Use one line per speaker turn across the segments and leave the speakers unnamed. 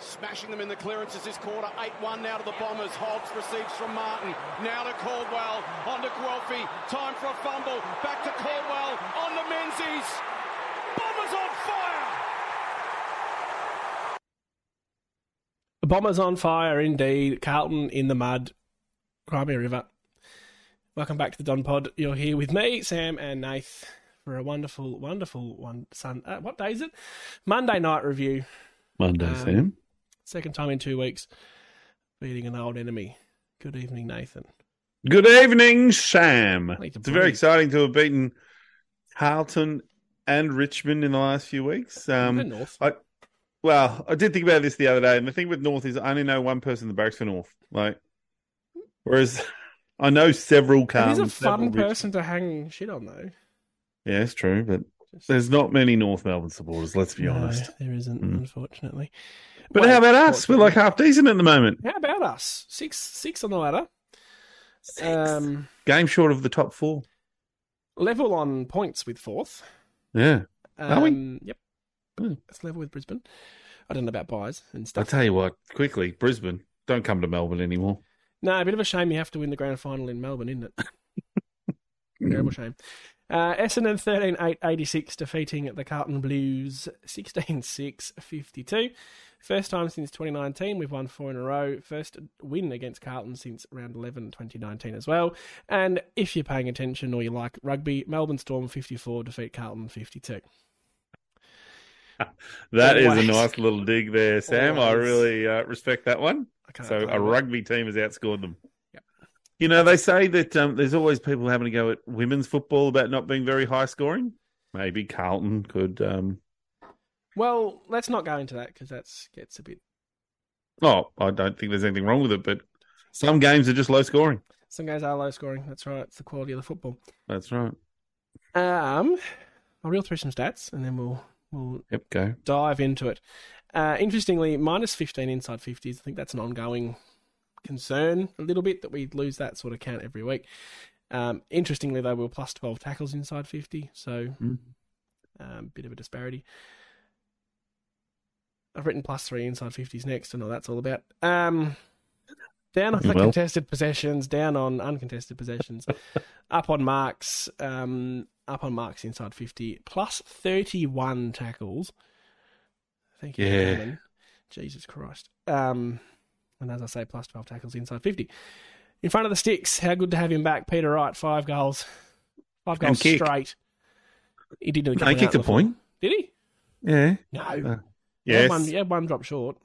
Smashing them in the clearance is this quarter. 8-1 now to the Bombers. Hobbs receives from Martin. Now to Caldwell. On to Guelphy. Time for a fumble. Back to Caldwell. On to Menzies. Bombers on fire!
The Bombers on fire, indeed. Carlton in the mud. Crimea River. Welcome back to the Don Pod. You're here with me, Sam, and Nath for a wonderful, wonderful one. Sun. Uh, what day is it? Monday night review.
Monday,
Um,
Sam.
Second time in two weeks. Beating an old enemy. Good evening, Nathan.
Good evening, Sam.
Like the
It's very
breeze.
exciting to have beaten Carlton and Richmond in the last few weeks.
Oh, Good
Um,
North.
I, well, I did think about this the other day, and the thing with North is I only know one person that barracks for North. Like, whereas I know several Carlton.
He's a fun
several Richmond-
person to hang shit on, though.
Yeah, it's true, but
Just-
there's not many North Melbourne supporters. Let's be
No,
honest.
there isn't,
Mm.
unfortunately.
But
Well,
how about us? We're
unfortunately.
like half decent at the moment.
How about us? Six, six on the ladder. Um,
Game short of the top four.
level on points with fourth.
Yeah,
Um,
Are we?
Yep.
Hmm.
It's level with Brisbane. I don't know about buys and
I
stuff.
tell you what, quickly, Brisbane, don't come to Melbourne anymore.
no, a bit of a shame you have to win the grand final in Melbourne, isn't it? Terrible shame. Uh, Essendon 13 8 86, defeating the Carlton Blues 16 6 52. First time since 2019, we've won four in a row. First win against Carlton since round 11 2019 as well. And if you're paying attention or you like rugby, Melbourne Storm 54 defeat Carlton 52.
That is
Always.
a nice little dig there, Sam. I
Always.
really uh, respect that one.
I can't
so
believe
a
it.
rugby team has outscored them.
Yep.
You know, they say that um, there's always people having to go at women's football about not being very high scoring. Maybe Carlton could. Um...
Well, let's not go into that because that gets a bit.
Oh, I don't think there's anything wrong with it, but some games are just low scoring.
Some guys are low scoring. That's right. It's the quality of the football.
That's right.
Um, I'll reel through some stats and then we'll we'll
Yep, go.
dive into it. Uh, interestingly, minus fifteen inside fifties. I think that's an ongoing concern a little bit that we lose that sort of count every week. Um, interestingly, though, we were plus twelve tackles inside fifty, so
Mm.
um, bit of a disparity. I've written plus three inside fifties next. I know that's all about. Um, down on the
Well.
contested possessions, down on uncontested possessions, up on marks, um, up on marks inside fifty, plus thirty-one tackles. Thank you,
Yeah.
Cameron. Jesus Christ. Um, and as I say, plus twelve tackles inside fifty. In front of the sticks, how good to have him back. Peter Wright, five goals, five
And
goals
kick.
straight. He did. do a
No,
couple
he
out
kicked a
in the
point.
full- Did he?
Yeah.
No.
Uh,
He had
Yes.
one, he had one drop short.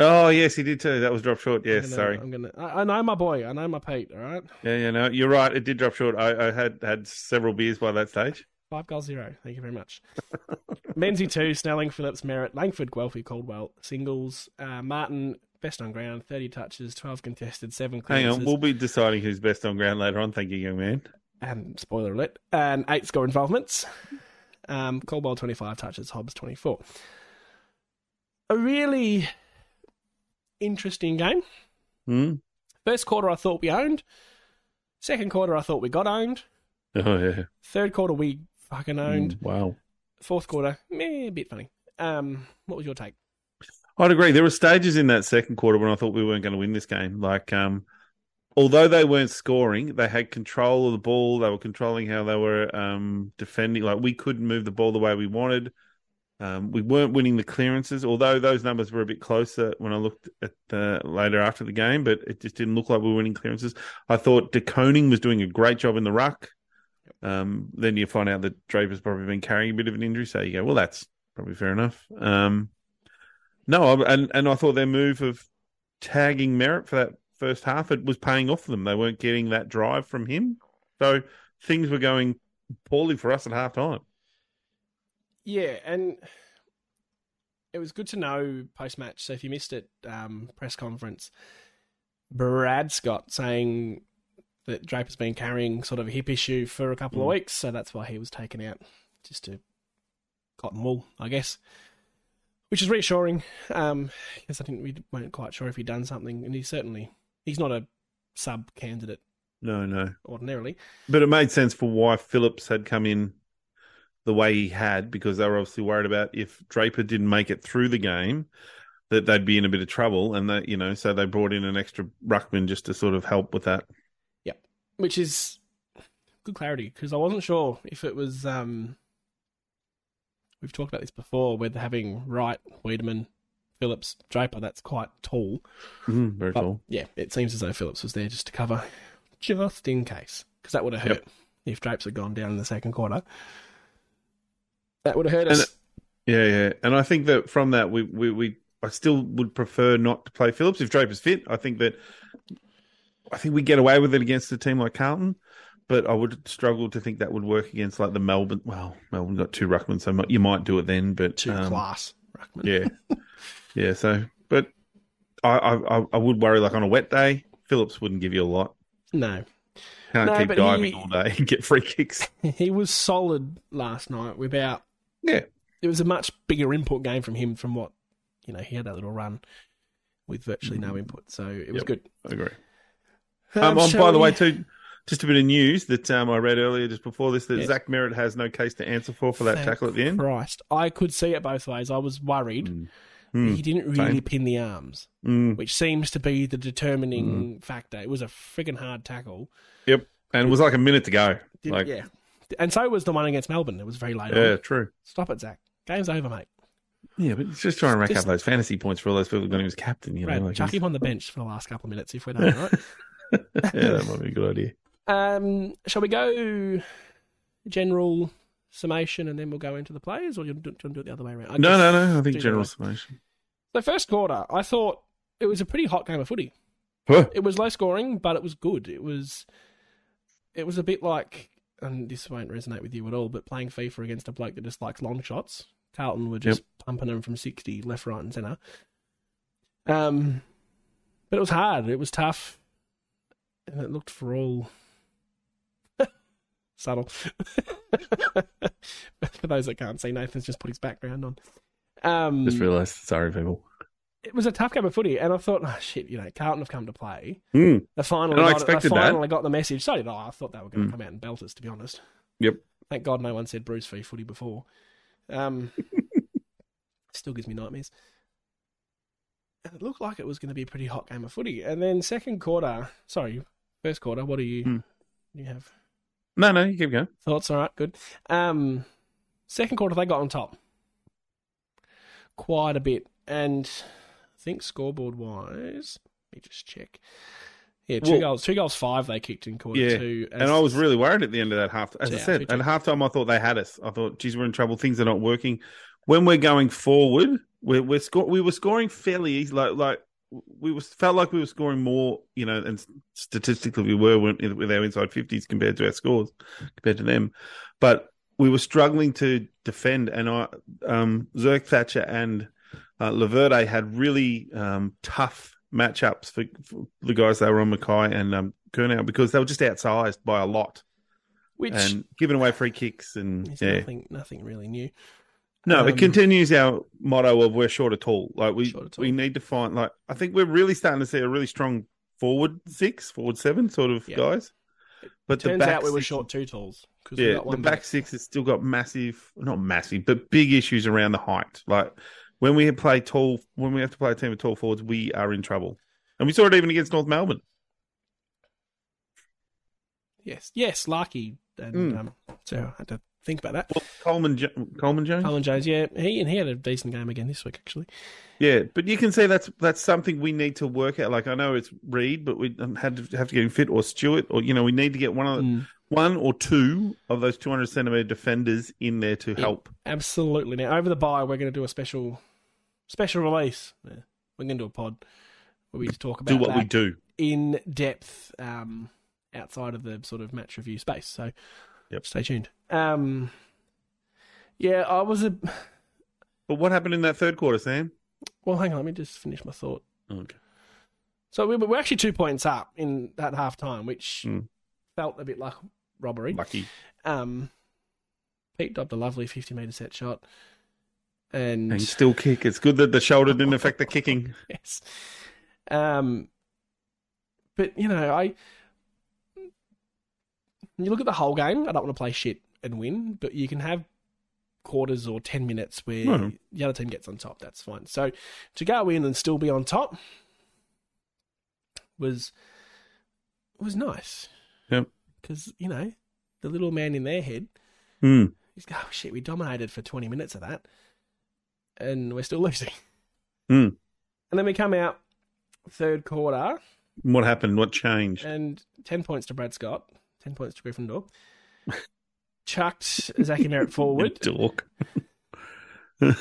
Oh, yes, he did too. That was drop short. Yes,
I'm gonna-
sorry.
I'm gonna. I, I know my boy. I know my Pete. All right.
Yeah, yeah, no, you're right. It did drop short. I, I had had several beers by that stage.
Five goals zero. Thank you very much. Menzies two. Snelling, Phillips, Merritt, Langford, Guelphy, Caldwell singles. Uh, Martin best on ground. Thirty touches. Twelve contested. Seven
Hang
clearances.
on, we'll be deciding who's best on ground later on. Thank you, young man.
and spoiler alert, and eight score involvements. Um, Caldwell 25 touches, Hobbs 24. A really interesting game.
Hmm?
First quarter, I thought we owned. Second quarter, I thought we got owned.
Oh yeah.
Third quarter, we fucking owned.
Mm, wow.
Fourth quarter, meh, a bit funny. Um, what was your take?
I'd agree. There were stages in that second quarter when I thought we weren't going to win this game. Like, um, although they weren't scoring, they had control of the ball. They were controlling how they were um, defending. Like, we couldn't move the ball the way we wanted. Um, we weren't winning the clearances, although those numbers were a bit closer when I looked at the later after the game. But it just didn't look like we were winning clearances. I thought De Koning was doing a great job in the ruck. Um, then you find out that Draper's probably been carrying a bit of an injury, so you go, well, that's probably fair enough. Um, no, I- and and I thought their move of tagging Merritt for that first half it was paying off for them. They weren't getting that drive from him, so things were going poorly for us at half time.
Yeah, and it was good to know post match. So if you missed it, um, press conference, Brad Scott saying that Draper's been carrying sort of a hip issue for a couple of
Mm.
weeks, so that's why he was taken out, just to cotton wool, I guess, which is reassuring. Um, because I think we weren't quite sure if he'd done something, and he certainly he's not a sub candidate
No, no,
ordinarily.
but it made sense for why Phillips had come in the way he had because they were obviously worried about if Draper didn't make it through the game, that they'd be in a bit of trouble, and that you know, so they brought in an extra ruckman just to sort of help with that.
which is good clarity because I wasn't sure if it was. Um, we've talked about this before with having Wright, Wiedemann, Phillips, Draper. That's quite tall.
Mhm, very
But
cool.
yeah, it seems as though Phillips was there just to cover, just in case, because that would have hurt if Drapes had gone down in the second quarter. That would have hurt
And-
us.
Yeah, yeah, and I think that from that we we, we I still would prefer not to play Phillips if Draper's fit. I think that I think we get away with it against a team like Carlton, but I would struggle to think that would work against like the Melbourne. Well, Melbourne got two ruckmen, so mi- you might do it then. But
Two
um,
class ruckman.
yeah, yeah. So, but I, I I- I would worry like on a wet day, Phillips wouldn't give you a lot.
No,
Can't
No,
keep
but
diving
he-
all day and get free kicks.
he was solid last night. Without
Yeah,
it was a much bigger input game from him from what you know. He had that little run with virtually no input, so it was
Yep.
good.
I agree. Um, oh,
shall
by the way,
we-
too, just a bit of news that um, I read earlier just before this that
Yeah.
Zach Merritt has no case to answer for for that
Thank
tackle at the end.
Christ, I could see it both ways. I was worried.
Mm.
He didn't really pin the arms,
Mm.
which seems to be the determining factor. It was a friggin' hard tackle.
Yep. And it was like a minute to go.
Did-
like, yeah,
yeah. And so was the one against Melbourne. It was very late. on.
true.
Stop it, Zach. Game's over, mate.
Yeah, but it's just trying to rack
Just-
up those fantasy points for all those people who got him as captain. You know,
Brad,
like
chuck
he's-
him on the bench for the last couple of minutes if we're done, all right?
yeah, that might be a good idea.
Um, shall we go general summation and then we'll go into the players, or you'll do, do you want to do it the other way around? I
No,
guess-
no, no. I
do
think
that
general
one.
summation.
The first quarter, I thought it was a pretty hot game of footy.
Huh.
It was low scoring, but it was good. It was, it was a bit like, and this won't resonate with you at all, but playing FIFA against a bloke that just likes long shots. Carlton were just pumping them from sixty, left, right, and centre. Um, but it was hard. It was tough, and it looked for all subtle. for those that can't see, Nathan's just put his background on. Um,
Just realised. Sorry, people.
it was a tough game of footy, and I thought, oh shit, you know, Carlton have come to play.
Mm.
They finally,
And
got,
I
it-
expected
they
that.
finally got the message. So did I. I thought they were going to
Mm.
come out and belt us, to be honest.
Yep.
Thank God no one said Bruce Fee footy before. Um, still gives me nightmares. And it looked like it was going to be a pretty hot game of footy, and then second quarter, sorry, first quarter. What do you
Mm.
you have
No, no, you keep going.
thoughts? All right, good. Um, second quarter they got on top quite a bit, and I think scoreboard wise, let me just check. Yeah, two
Well-
goals, two goals, five they kicked in quarter
Yeah,
two.
And I was really worried at the end of that half. As I
Yeah,
said,
me
at
too.
halftime, I thought they had us. I thought, geez, we're in trouble. Things are not working. When we're going forward, we're, we're sco- we were scoring fairly easy. Like, like we was felt like we were scoring more, you know, and statistically we were with with our inside 50s compared to our scores, compared to them. But we were struggling to defend. And I, um, Zerk Thatcher and uh, Laverde had really um, tough matchups for, for the guys they were on Mackay and um, Kurnow because they were just outsized by a lot
which
and giving away free kicks and
is
yeah.
nothing, nothing really new.
No,
um,
it continues our motto of we're short of tall. Like we
Short of tall.
we need to find like I think we're really starting to see a really strong forward six, forward seven sort of
Yeah.
guys. But the
Turns
back
out we were
six-
short two talls because we
Yeah,
got
the
one
back six has still got massive, not massive, but big issues around the height. Like when we play tall, when we have to play a team of tall forwards, we are in trouble. And we saw it even against North Melbourne.
Yes, yes, Larky, and
Mm.
um, so I had to think about that.
Well, Coleman, Jo- Coleman Jones.
Colin Jones, yeah, he and he had a decent game again this week actually.
Yeah, but you can see that's that's something we need to work out. Like I know it's Reed, but we um, had to have to get him fit or Stewart, or you know we need to get one of the-
Mm.
one or two of those two hundred centimeter defenders in there to help.
Absolutely. Now over the bye, we're going to do a special, special release. Yeah. We're going to do a pod where we just talk about
Do what
that
we do.
in depth, um, outside of the sort of match review space. So,
Yep.
stay tuned. Um, yeah, I was a
But what happened in that third quarter, Sam?
well. Hang on, let me just finish my thought.
Okay.
So we were we're actually two points up in that half time, which
Mm.
felt a bit like robbery.
Lucky.
Um, Pete dobbed a lovely fifty meter set shot, and
And still kick. It's good that the shoulder didn't affect the kicking.
yes. Um, but you know, I you look at the whole game. I don't want to play shit and win, but you can have quarters or 10 minutes where
No.
the other team gets on top. That's fine. So to go in and still be on top was was nice.
Yep.
Because, you know, the little man in their head,
Mm.
he's like, oh shit, we dominated for 20 minutes of that and we're still losing.
Hmm.
And then we come out third quarter
What happened? What changed?
and 10 points to Brad Scott, 10 points to Gryffindor. Chucked Zaki Merritt forward.
Dork.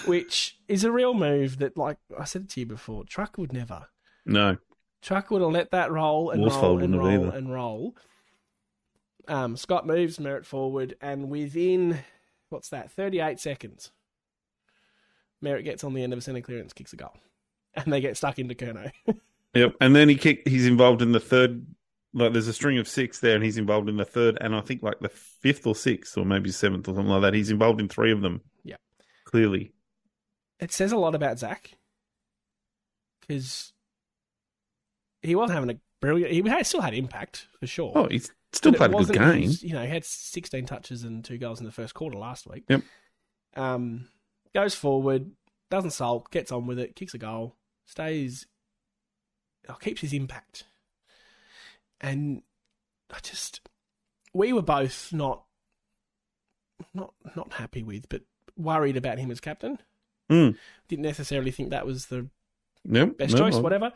which is a real move that, like I said to you before, Truck would never.
No.
Truck would have let that roll and
Worsfold
roll and
wouldn't have
roll
either.
and roll. Um, Scott moves Merritt forward, and within what's that, thirty-eight seconds, Merritt gets on the end of a centre clearance, kicks a goal, and they get stuck into Kerno.
Yep. And then he kicked. He's involved in the third. Like there's a string of six there, and he's involved in the third, and I think like the fifth or sixth, or maybe seventh or something like that. He's involved in three of them.
Yep.
Clearly.
it says a lot about Zach because he wasn't having a brilliant. He had, still had impact for sure.
Oh, he's still
But it
played a good
wasn't
game.
his- you know, he had 16 touches and two goals in the first quarter last week.
Yep.
Um, goes forward, doesn't sulk, gets on with it, kicks a goal, stays, oh, keeps his impact. And I just, we were both not, not, not happy with, but worried about him as captain.
Mm.
Didn't necessarily think that was the
Yep.
best
no,
choice,
I-
whatever.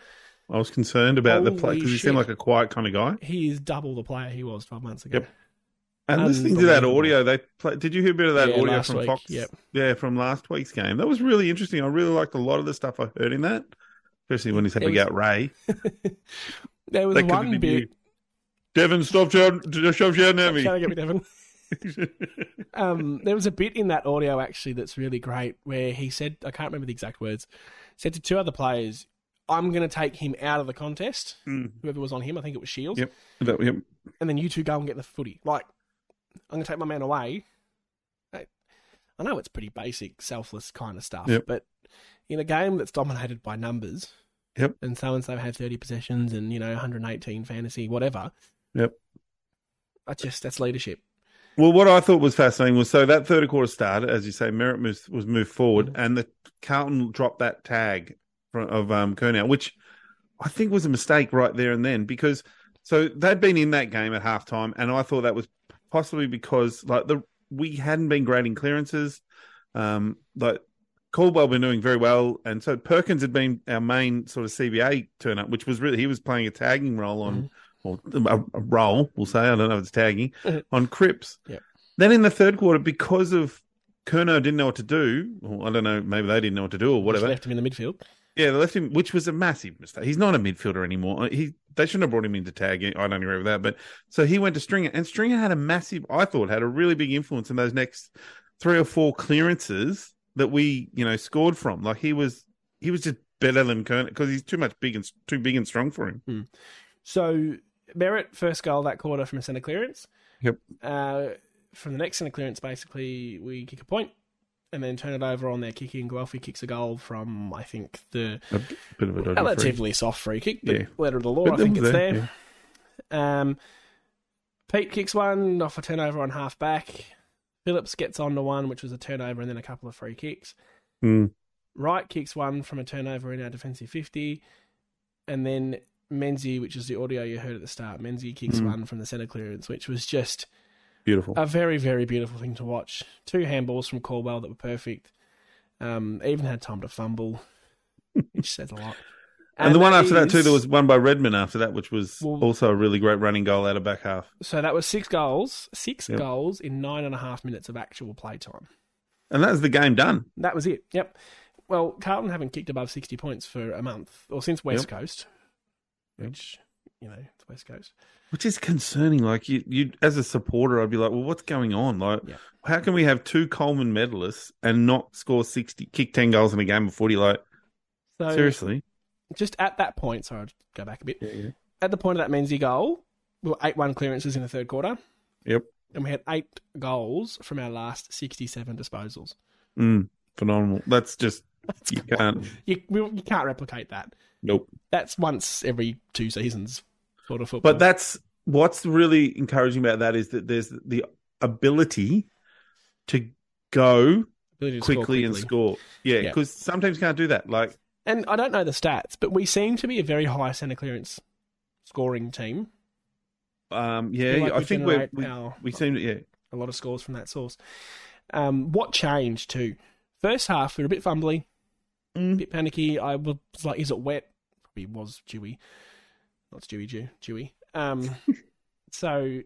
I was concerned about the play
Holy
because he
shit.
seemed like a quiet kind of guy.
He is double the player he was 12 months ago.
Yep. And listening to that
Unbelievable.
audio, they play, did you hear a bit of that
Yeah,
audio
last
from
week,
Fox?
yep.
Yeah, from last week's game. That was really interesting. I really liked a lot of the stuff I heard in that, especially when he's
It
having
was-
out Ray.
There was
That could have
one
been
bit.
you. Devin, stop shouting, stop shouting at me.
Can I get me Devon? um, there was a bit in that audio actually that's really great where he said, I can't remember the exact words, said to two other players, I'm going to take him out of the contest.
Mm.
Whoever was on him, I think it was Shields.
Yep. That- yep.
And then you two go and get the footy. Like, I'm going to take my man away. I, I know it's pretty basic, selfless kind of stuff,
Yep.
but in a game that's dominated by numbers,
Yep.
and so and so had 30 possessions and, you know, 118 fantasy, whatever.
Yep.
I just, that's leadership.
Well, what I thought was fascinating was so that third quarter started, as you say, Merritt moves, was moved forward, and the Carlton dropped that tag fro- of um, Kernow, which I think was a mistake right there and then because so they'd been in that game at halftime, and I thought that was possibly because like the we hadn't been grading clearances, um, like Caldwell been doing very well, and so Perkins had been our main sort of CBA turn up, which was really he was playing a tagging role on or a, a role we'll say I don't know if it's tagging on Cripps.
Yep.
Then in the third quarter, because of Kerno didn't know what to do, or I don't know, maybe they didn't know what to do or
Just
whatever.
left him in the midfield.
Yeah, they left him, which was a massive mistake. He's not a midfielder anymore. Uh, He they shouldn't have brought him into tag. I don't agree with that. But so he went to Stringer, and Stringer had a massive, I thought, had a really big influence in those next three or four clearances that we, you know, scored from. Like he was, he was just better than Kerner because he's too much big and too big and strong for him.
So Merritt first goal that quarter from a centre clearance.
Yep.
Uh, from the next centre clearance, basically we kick a point, and then turn it over on their kicking. Guelphy kicks a goal from I think the
A bit of a dodgy free.
relatively soft free kick, but
Yeah.
letter of the law,
But
I
that
think
was
it's
there,
there. Um, Pete kicks one off a turnover on half back. Phillips gets on to one, which was a turnover, and then a couple of free kicks.
Mm.
Wright kicks one from a turnover in our defensive 50. And then Menzi, which is the audio you heard at the start, Menzi kicks
Mm.
one from the centre clearance, which was just
Beautiful.
a very, very beautiful thing to watch. Two handballs from Corwell that were perfect. Um, even had time to fumble, which says a lot.
and, the one after that too,
is-
there was one by Redmond after that, which was
Well-
also a really great running goal out of back half.
So that was six goals, six
Yep.
goals in nine and a half minutes of actual play time.
And that was the game done.
That was it. Yep. Well, Carlton haven't kicked above 60 points for a month, or since West Coast,
Yep.
which, you know, it's West Coast.
Which is concerning. Like you, you as a supporter, I'd be like, "Well, what's going on? Like,
Yeah.
how can we have two Coleman medalists and not score sixty, kick ten goals in a game of forty? Like,
So
seriously?
just at that point, sorry, I'll go back a bit.
Yeah, yeah.
At the point of that Menzies goal, we were 8 1 clearances in the third quarter.
Yep.
And we had eight goals from our last 67 disposals.
Mm, phenomenal. That's just you can't.
You, we, you can't replicate that.
Nope.
That's once every two seasons sort of football.
But that's what's really encouraging about that is that there's the ability to go
Ability to score
quickly, and score. Yeah,
Yeah.
because sometimes you can't do that. Like,
And I don't know the stats, but we seem to be a very high centre clearance scoring team.
um, yeah,
feel like
I
we
think we're,
generate
we
our-
we seem to, yeah.
A lot of scores from that source. Um, what changed too? First half, we were a bit fumbly, a
Mm-hmm.
bit panicky. I was like, is it wet? Probably was dewy. Not dewy, dew, dewy. Um, so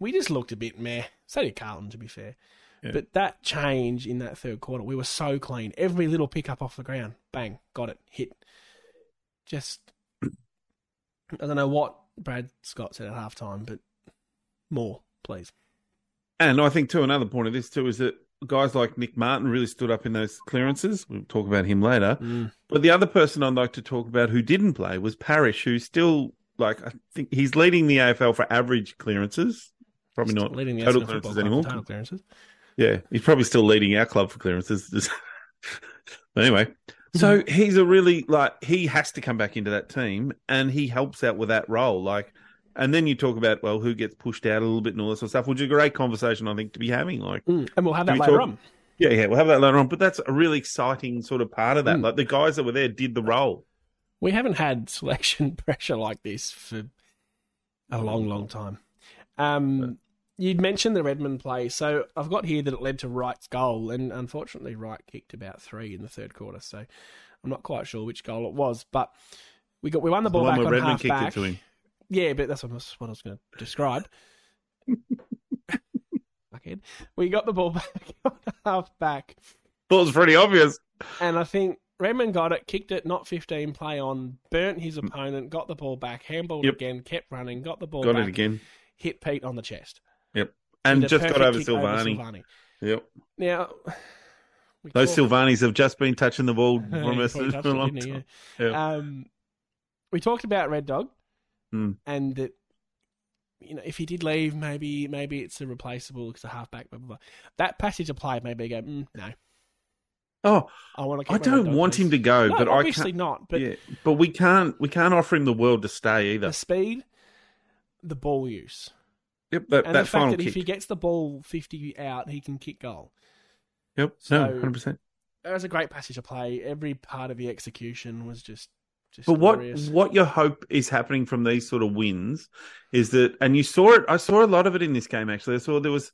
we just looked a bit meh. So did Carlton, to be fair.
Yeah.
But that change in that third quarter, we were so clean. Every little pickup off the ground, bang, got it, hit. Just, I don't know what Brad Scott said at halftime, but more, please.
And I think too another point of this too is that guys like Nick Martin really stood up in those clearances. We'll talk about him later.
Mm.
But the other person I'd like to talk about who didn't play was Parrish, who's still like I think he's leading the AFL for average clearances. Probably
Still
not
leading the
total
Essendon Football
clearances
Club for
anymore.
Total clearances.
Yeah, he's probably still leading our club for clearances. Just- but anyway, so
Mm-hmm.
he's a really like he has to come back into that team, and he helps out with that role. Like, and then you talk about well, who gets pushed out a little bit and all that sort of stuff, which is a great conversation I think to be having. Like,
Mm. And we'll have
Do
that
we
later
talk-
on.
yeah, yeah, we'll have that later on, but that's a really exciting sort of part of that.
Mm.
Like the guys that were there did the role.
We haven't had selection pressure like this for a long, long time. Um, you'd mentioned the Redmond play, so I've got here that it led to Wright's goal, and unfortunately, Wright kicked about three in the third quarter, so I'm not quite sure which goal it was, but we got we won the ball
one
back
where
on
Redmond
half
kicked
back.
it to him.
Yeah, but that's what I was, what I was going to describe. Fuckhead. We got the ball back on half back.
Thought it was pretty obvious.
And I think Redmond got it, kicked it, not 15, play on, burnt his opponent, got the ball back, handballed
Yep.
again, kept running, got the ball
Got
back,
it again,
hit Pete on the chest.
and
Did a
just got
perfect
over
kick over
Silvani.
Silvani.
Yep,
Now, we
those
talk-
Silvanis have just been touching the ball
Yeah,
from
he
us
probably
for
touched
a
it,
long
didn't he?
time. Yeah.
Um, we talked about Red Dog,
Hmm.
and that you know if he did leave, maybe maybe it's a replaceable because a halfback. Blah, blah, blah. That passage applied. Maybe go mm, no.
Oh,
I want to.
I don't want him to go,
No,
but I
obviously
can't.
not. But
yeah, but we can't. We can't offer him the world to stay
the
either.
speed, the ball use,
Yep, that,
and
that
the fact
final
that if
kick.
he gets the ball fifty out, he can kick goal.
Yep,
so-
no, hundred percent.
That was a great passage of play. Every part of the execution was just just.
But what
glorious.
what your hope is happening from these sort of wins is that, and you saw it. I saw a lot of it in this game actually. I saw there was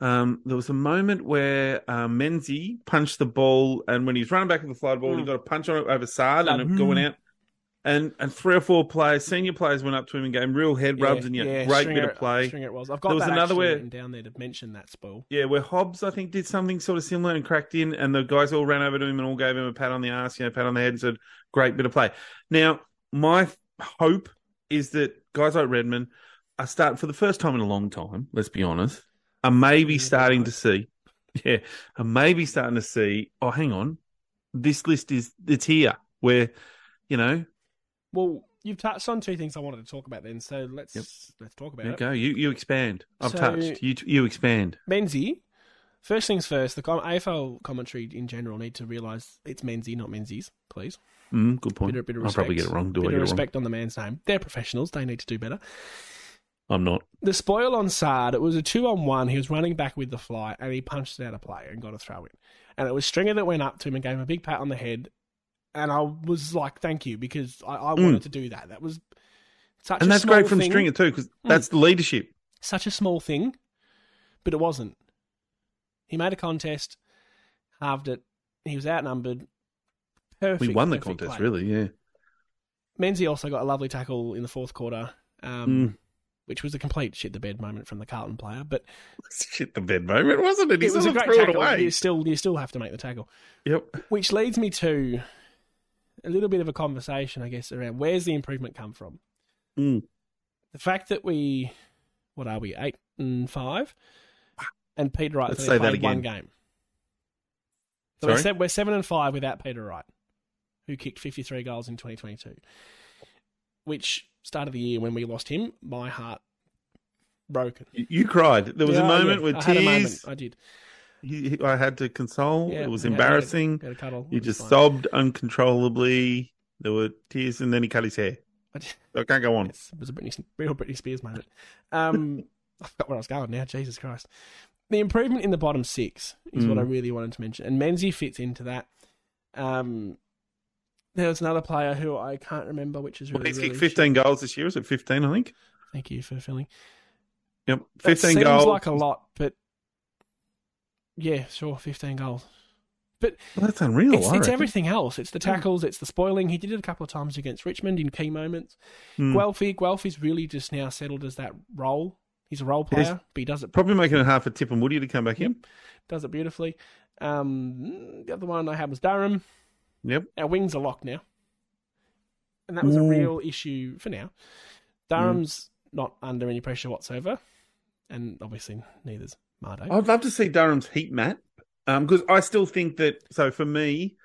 um, there was a moment where uh, Menzi punched the ball, and when he was running back with the fly ball, he
Mm.
got a punch on it over Sard and
Like,
it going
mm.
out. And and three or four players, senior players, went up to him and gave him real head
Yeah,
rubs and yeah,
yeah,
great
Stringer-
bit of play.
Stringer it was. I've got
There was
that
another
actually
where-
written down there to mention that spoil.
Yeah, where Hobbs, I think, did something sort of similar and cracked in, and the guys all ran over to him and all gave him a pat on the ass, you know, pat on the head and said, great bit of play. Now, my f- hope is that guys like Redmond are starting for the first time in a long time, let's be honest, are maybe
Yeah,
starting
right.
to see, yeah, are maybe starting to see, oh, hang on, this list is, it's here where, you know,
Well, you've touched on two things I wanted to talk about then, so let's
Yep.
let's talk about
there you
it.
go, you, you expand. I've
So-
touched, you, you expand.
Menzies. First things first, the com- AFL commentary in general need to realise it's Menzies, not Menzies, please.
Mm, good point.
Bit of, bit of
I'll
respect.
probably get it wrong. Do
bit
I
of
get it wrong?
respect on the man's name. They're professionals. They need to do better.
I'm not.
The spoil on Sard, it was a two on one. He was running back with the fly and he punched it out of play and got a throw in. And it was Stringer that went up to him and gave him a big pat on the head. And I was like, thank you, because I, I wanted to do that. That was such
Hmm. and
a
that's
small
great from
thing,
Stringer too, because that's the leadership.
Such a small thing, but it wasn't. He made a contest, halved it. He was outnumbered. Perfect,
We won the
perfect
contest,
play.
really. Yeah,
Menzies also got a lovely tackle in the fourth quarter, um,
Hmm.
which was a complete shit the bed moment from the Carlton player. But
shit the bed moment, wasn't it? He
it was a
sort of
great
threw it
tackle.
away.
You still you still have to make the tackle,
Yep.
which leads me to a little bit of a conversation, I guess, around where's the improvement come from.
Mm.
The fact that we, what are we, eight and five, and Peter Wright's
Let's
only
say that
played one game. So we're,
Sorry?
se- we're seven and five without Peter Wright, who kicked fifty three goals in twenty twenty two, which started the year when we lost him. My heart broken.
You, you cried. There was
Yeah,
a
I
moment
did.
with
I had a moment.
tears.
I did.
He- he- I had to console.
Yeah,
it was
we had- we had-
embarrassing.
we had a cuddle.
He
It was
just
fine.
sobbed uncontrollably. There were tears, and then he cut his hair.
I just-
I can't go on.
It's- It was a Britney, real Britney Spears moment. Um, I forgot where I was going now. Jesus Christ. the improvement in the bottom six is
Mm.
what I really wanted to mention, and Menzies fits into that. Um, there was another player who I can't remember, which is really,
He's
really
kicked 15 goals this year. Is it 15, I think?
Thank you for filling.
Yep.
That
15
seems
goals.
like a lot, but yeah, sure, fifteen goals.
Well, that's unreal.
it's,
I
it's
reckon.
everything else. It's the
Mm.
tackles. It's the spoiling. He did it a couple of times against Richmond in key moments.
Mm.
Guelphy, Guelphy's really just now settled as that role. He's a role
Yes.
player, but he does it
Probably making it hard for Tip and Woody to come back in.
does it beautifully. Um, the other one I had was Durham.
Yep.
Our wings are locked now, and that was a
Ooh.
real issue for now.
Mm.
Durham's not under any pressure whatsoever, and obviously neither's Mardo.
I'd love to see Durham's heat map because I still think that. So for me,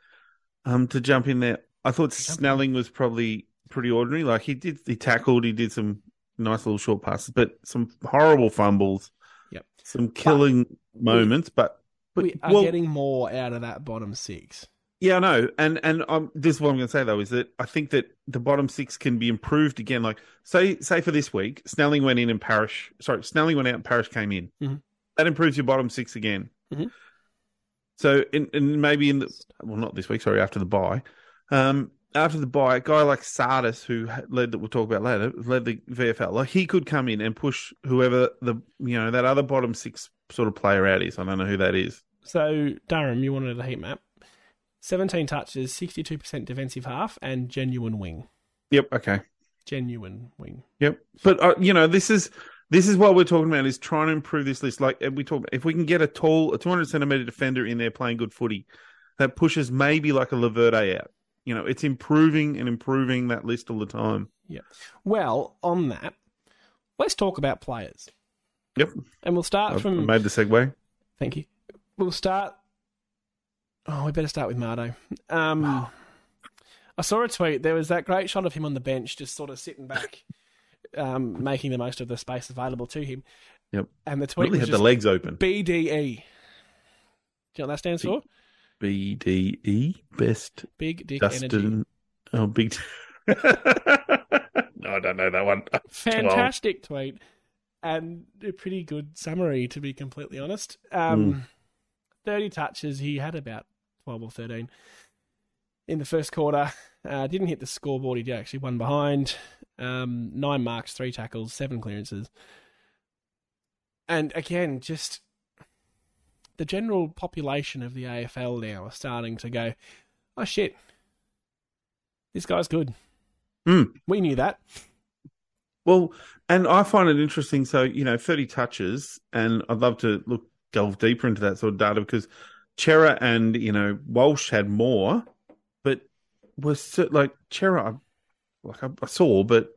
um, to jump in there, I thought Snelling was probably pretty ordinary. Like he did, he tackled, he did some nice little short passes, but some horrible fumbles.
Yep.
Some killing moments, but but
we are
well,
getting more out of that bottom six.
yeah, I know. And and um, this is what I'm going to say though is that I think that the bottom six can be improved again. Like say say for this week, Snelling went in and Parish. Sorry, Snelling went out and Parish came in.
Mhm.
That improves your bottom six again.
Mhm.
So in, and maybe in the well not this week. Sorry, after the bye, um, after the bye, a guy like Sardis who ha- led that we'll talk about later led the VFL. Like he could come in and push whoever the you know that other bottom six sort of player out is. I don't know who that is.
So Durham, you wanted a heat map. 17 touches, 62% defensive half, and genuine wing.
Yep. Okay.
Genuine wing.
Yep. But uh, you know, this is this is what we're talking about is trying to improve this list. Like and we talk, if we can get a tall, a two hundred centimeter defender in there playing good footy, that pushes maybe like a Laverde out. You know, it's improving and improving that list all the time.
Well, on that, let's talk about players.
Yep,
And we'll start
I've
from.
made the segue.
Thank you. We'll start. Oh, we better start with Mardo. Um, I saw a tweet. There was that great shot of him on the bench, just sort of sitting back, um, making the most of the space available to him.
Yep.
And the tweet
Really
was
had
just
the legs open.
BDE. Do you know what that stands for?
B D E best
Big Dick Energy.
Dustin. Oh, big. no, I don't know that one.
Fantastic tweet and a pretty good summary, to be completely honest. Um, 30 touches. He had about 12 or 13 in the first quarter. Uh, didn't hit the scoreboard. He did actually one behind. Um, nine marks, three tackles, seven clearances. And again, just the general population of the AFL now are starting to go, oh shit, this guy's good.
Mm.
We knew that.
Well, and I find it interesting. So you know, thirty touches, and I'd love to look delve deeper into that sort of data because Chera and you know Walsh had more, but was so, like Chera, I- like I, I saw, but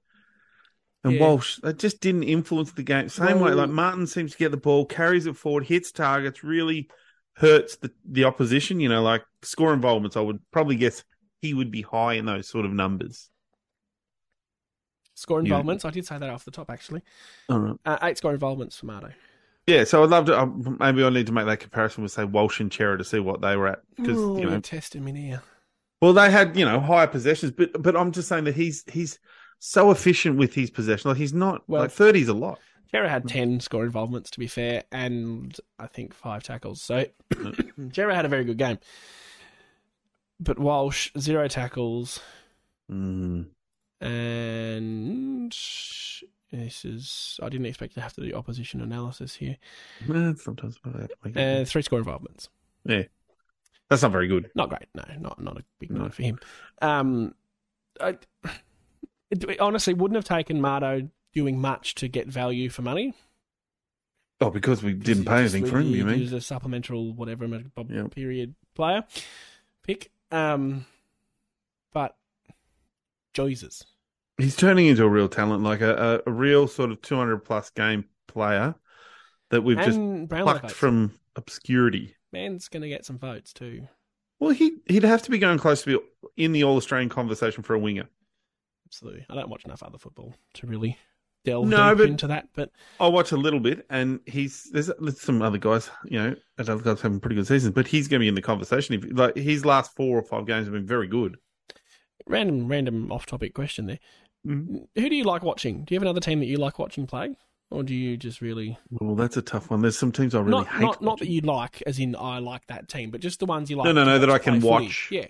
and
Yeah.
Walsh that just didn't influence the game. Same way,
Well-
like Martin seems to get the ball, carries it forward, hits targets, really hurts the the opposition. You know, like score involvements. I would probably guess he would be high in those sort of numbers.
Score
Yeah.
involvements. I did say that off the top, actually.
All right.
Uh, eight score involvements for Mardo.
Yeah, so I'd love to. Um, maybe I need to make that comparison with say Walsh and Chera to see what they were at because
Ooh,
you
you're
know,
testing me now.
well they had you know higher possessions, but but I'm just saying that he's he's so efficient with his possession. Like he's not
Well-
like thirty's a lot.
Jera had 10 score involvements, to be fair, and I think five tackles. So Jera had a very good game. But Walsh, zero tackles,
Mm.
and this is. I didn't expect to have to do opposition analysis here.
Eh, sometimes I like-
Uh, three score involvements.
that's not very good.
Not great. No, not not a big
No.
night for him. Um, I, it, it honestly wouldn't have taken Mardo doing much to get value for money.
Oh, because we didn't pay anything for him. You mean?
He's a supplemental whatever m- b-
Yep.
period player pick. Um, but Jesus,
He's turning into a real talent, like a, a, a real sort of 200 plus game player that we've just
and Brownlow
plucked
votes.
from obscurity.
man's gonna get some votes too.
Well, he he'd have to be going close to be in the All Australian conversation for a winger.
Absolutely, I don't watch enough other football to really delve
No,
deep
but-
into that. But
I watch a little bit, and he's there's, there's some other guys, you know, and other guys having pretty good seasons, but he's going to be in the conversation. If like his last four or five games have been very good.
random, random off-topic question there.
Mhm.
Who do you like watching? Do you have another team that you like watching play? Or do you just really
Well, that's a tough one. There's some teams I really
not
hate.
not, not that
watching.
you like, as in I like that team, but just the ones you like?
no,
to
no, that I
play
can
footy.
watch.
Yeah,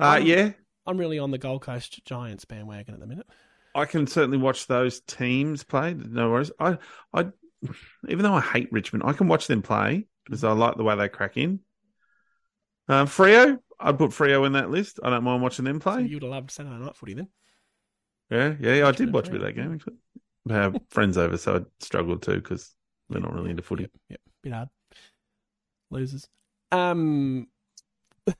uh,
um,
yeah,
I'm really on the Gold Coast Giants bandwagon at the minute.
I can certainly watch those teams play. No worries. I, I, even though I hate Richmond, I can watch them play because I like the way they crack in. Um, Frio, I'd put Frio in that list. I don't mind watching them
So
play.
you would have loved Saturday Night Footy then.
yeah, yeah, I
Watching
did
it
watch a
play.
bit of that game actually. I have friends over, so I struggled too because they're not really into footy.
Yep, yep. Bit hard. Losers. Um,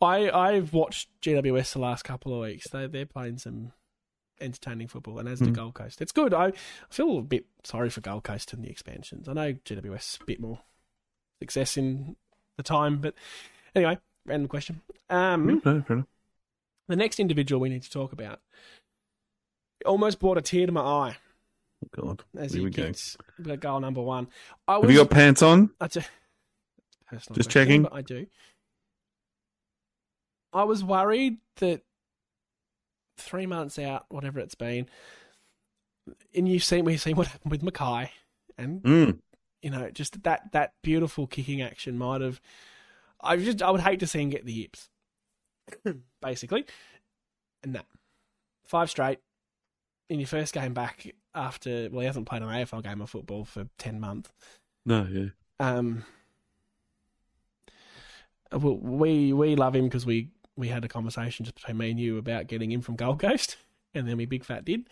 I I've watched GWS the last couple of weeks. They they're playing some entertaining football, and as the
Mhm.
Gold Coast, it's good. I feel a bit sorry for Gold Coast and the expansions. I know GWS is a bit more success in the time, but anyway, random question. Um,
Yeah, Mm, no, fair enough.
the next individual we need to talk about almost brought a tear to my eye
Oh, God,
as
Here
he
we go.
gets the goal number one. I
have you got pants on?
I do. Personal
Just
question,
checking.
But I do. I was worried that three months out, whatever it's been, and you've seen we've seen what happened with Mackay, and
Mm.
you know just that that beautiful kicking action might have. I just I would hate to see him get the yips, basically, and that five straight in your first game back after well he hasn't played an AFL game of football for ten months.
No, yeah.
Um, w- we we love him because we we had a conversation just between me and you about getting him from Gold Coast, and then we big fat did.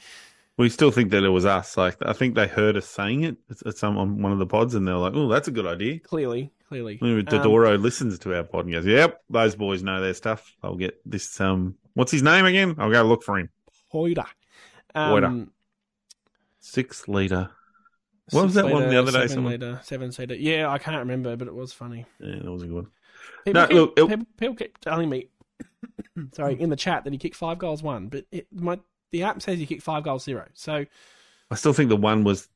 We still think that it was us. Like I think they heard us saying it at- at some on one of the pods, and they're like, "Oh, that's a good idea."
Clearly, clearly,
Maybe
Um,
Dodoro listens to our pod and goes, "Yep, those boys know their stuff." I'll get this. Um, what's his name again? I'll go look for him.
Hoida.
Hoida.
Um,
Six liter. What was that one the other day,
Seven
someone-
liter, seven seater. Yeah, I can't remember, but it was funny.
Yeah, that was a good one.
People,
No,
keep,
look, it-
people, people keep telling me, sorry, in the chat that he kicked five goals one, but it, my the app says he kicked five goals zero. So
I still think the one was.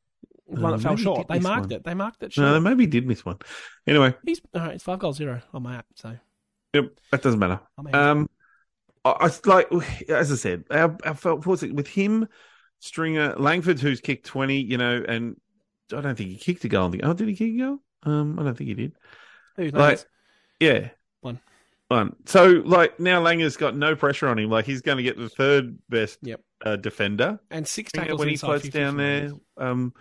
the one
Uh,
that fell
maybe he
short.
did
They
miss
marked
one.
it. They marked it
No, they
short.
maybe did miss one. Anyway,
He's all right. It's five goals zero on my app. So
yep, that doesn't matter.
I'm happy.
Um, I, I like as I said, our, our felt was it with him, Stringer Langford, who's kicked twenty, you know, and I don't think he kicked a goal. Oh, did he kick a goal? Um, I don't think he did.
Who knows?
like- Yeah.
One.
One. So, like, now Langer's got no pressure on him. Like, he's going to get the third best
Yep.
uh, defender.
and six
You know,
tackles
when he
inside
floats
50
down
for
there,
Wales.
um,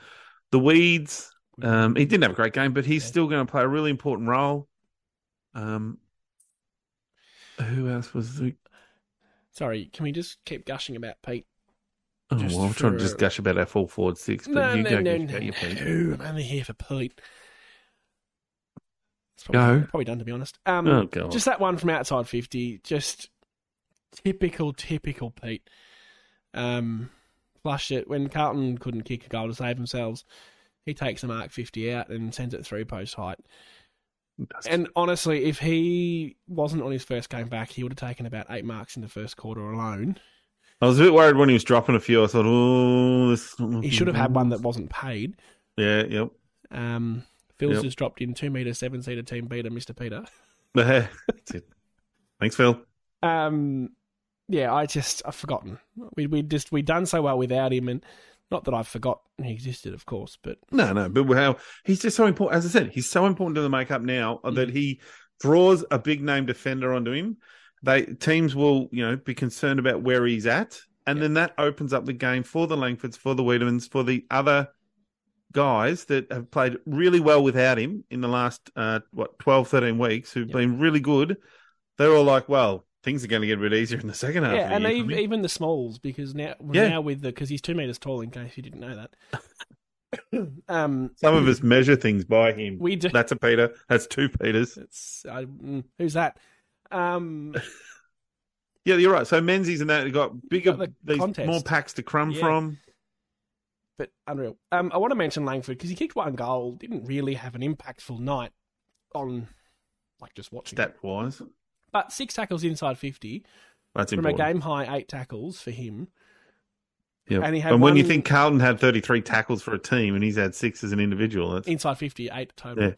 the weeds. Um, he didn't have a great game, but he's
Yeah.
still going to play a really important role. Um, who else was the.
Sorry, can we just keep gushing about Pete?
Oh,
Just
well, I'm trying to
for-
just gush about our full forward six, but
No,
you
no,
go
no,
gush
no, Um,
about your Pete.
no, I'm only here for Pete. It's probably,
Go.
probably done to be honest. Um,
Oh, God.
just that one from outside fifty, just typical, typical Pete. Um, flushed it when Carlton couldn't kick a goal to save themselves. He takes the mark fifty out and sends it through post height. And honestly, if he wasn't on his first game back, he would have taken about eight marks in the first quarter alone.
I was a bit worried when he was dropping a few. I thought, oh, this.
He should have had one that wasn't paid.
Yeah, yep.
Um, Phil's
Yep.
just dropped in two meter seven seater team beater, Mister Peter.
That's it. Thanks, Phil.
Um, yeah, I just I've forgotten. We we just we done so well without him, and not that I've forgotten he existed, of course, but
No, no, but how he's just so important. As I said, he's so important to the makeup now
Mm.
that he draws a big name defender onto him. They teams will, you know, be concerned about where he's at, and then that opens up the game for the Langfords, for the Wiedemans, for the other guys that have played really well without him in the last uh, what 12, 13 weeks, who've
Yeah.
been really good. They're all like, well, things are going to get a bit easier in the second half. of
yeah,
the
and
year for
even,
me.
even the smalls because now
Yeah.
now with the because he's two meters tall. In case you didn't know that, um,
some of us measure things by him.
we do.
That's a Peter. That's two Peters.
It's I, mm, who's that? Um,
Yeah, you're right. So Menzies and that have got bigger,
got the
these
contest.
more packs to crumb
Yeah.
from.
but unreal. Um, I want to mention Langford because he kicked one goal, didn't really have an impactful night on like just watching.
Stat wise,
But six tackles inside fifty
that's
from
important.
a game high eight tackles for him.
Yeah.
and
And,
he had
when you
one-
think Carlton had 33 tackles for a team and he's had six as an individual, that's
Inside fifty, eight total.
Yeah,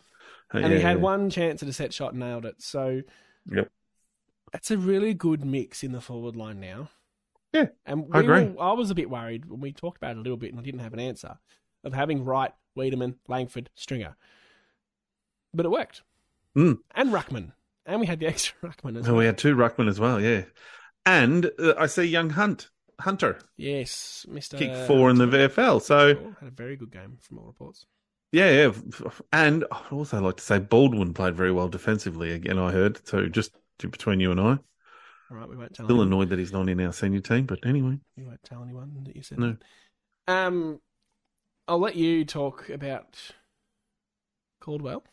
and
yeah,
he had
yeah.
one chance at a set shot and nailed it. So
Yep.
that's a really good mix in the forward line now.
Yeah,
and we
I agree.
were- I was a bit worried when we talked about it a little bit, and I didn't have an answer of having Wright, Wiedemann, Langford, Stringer, but it worked.
Mm.
And Ruckman, and we had the extra Ruckman as
So
well.
we had two ruckmen as well. Yeah, and uh, I see young Hunt Hunter
Yes, Mister
kick four in the VFL. So
Four. had a very good game from all reports.
yeah, yeah, f- f- and I'd also like to say Baldwin played very well defensively again. I heard so just to- between you and I,
All right, we won't tell
still
anyone.
annoyed that he's not in our senior team. But anyway,
You won't tell anyone that you said
No.
that. Um, I'll let you talk about Caldwell.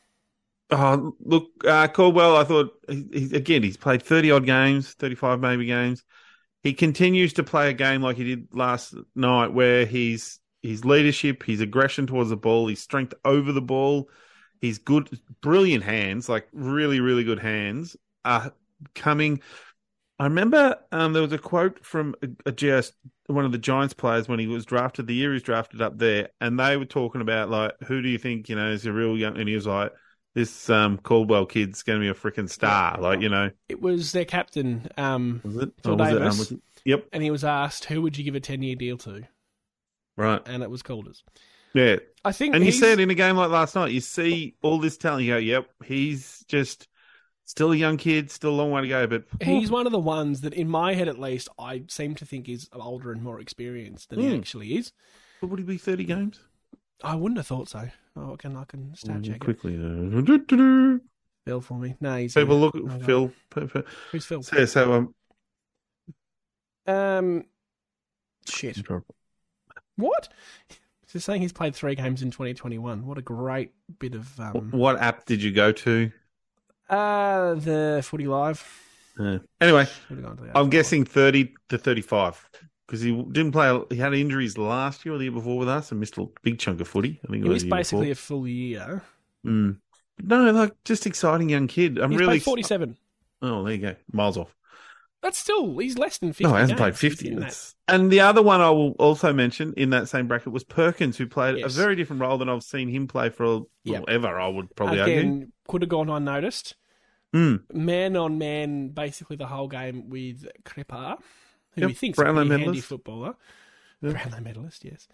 oh, look, uh, Caldwell, I thought he, he, again he's played thirty odd games, thirty five maybe games. He continues to play a game like he did last night, where he's his leadership, his aggression towards the ball, his strength over the ball, his good, brilliant hands, like really, really good hands, are coming. I remember um, there was a quote from a, a GS, one of the Giants players when he was drafted, the year he was drafted up there, and they were talking about like, who do you think you know is a real young? And he was like, this um, Caldwell kid's going to be a freaking star, like you know,
It was their captain, um,
was it?
Phil
Or was it, um,
Davis.
was it- Yep,
and he was asked, "Who would you give a ten-year deal to?"
right,
And it was Calders.
yeah.
I think,
And you
he's-
see it in a game like last night. You see all this talent. You go, yep, he's just still a young kid, still a long way to go. But
He's one of the ones that, in my head at least, I seem to think is older and more experienced than he
Hmm.
actually is.
But would he be 30 games?
I wouldn't have thought so. Oh, I can I can
Hmm,
stat check it.
Mm, Quickly. uh,
Phil for me. No, he's
People look
Oh,
at
God.
Phil. P- p-
Who's Phil?
So, so um,
Um, shit. What? So saying he's played three games in 2021. What a great bit of um,
what app did you go to?
uh the footy live.
Uh, anyway,
Should've gone to the other
I'm
one.
guessing 30 to 35 because he didn't play. He had injuries last year or the year before with us and missed a big chunk of footy. I think
He
it was
missed
the year
basically a full year.
before. Mm. No, like just exciting young kid. I'm
He's
really.
played 47.
Oh, there you go. Miles off.
That's still he's less than 50.
No, he hasn't
games.
played
He's
50.
in that.
That's- And the other one I will also mention in that same bracket was Perkins, who played
Yes.
a very different role than I've seen him play for
Yeah.
ever, I would probably argue.
Again, could have gone unnoticed.
Hmm.
Man on man, basically the whole game with Crepar, who
Yep,
we think's
Brownlow
a pretty handy
medalist.
footballer.
Yep.
Brownlow medalist, yes.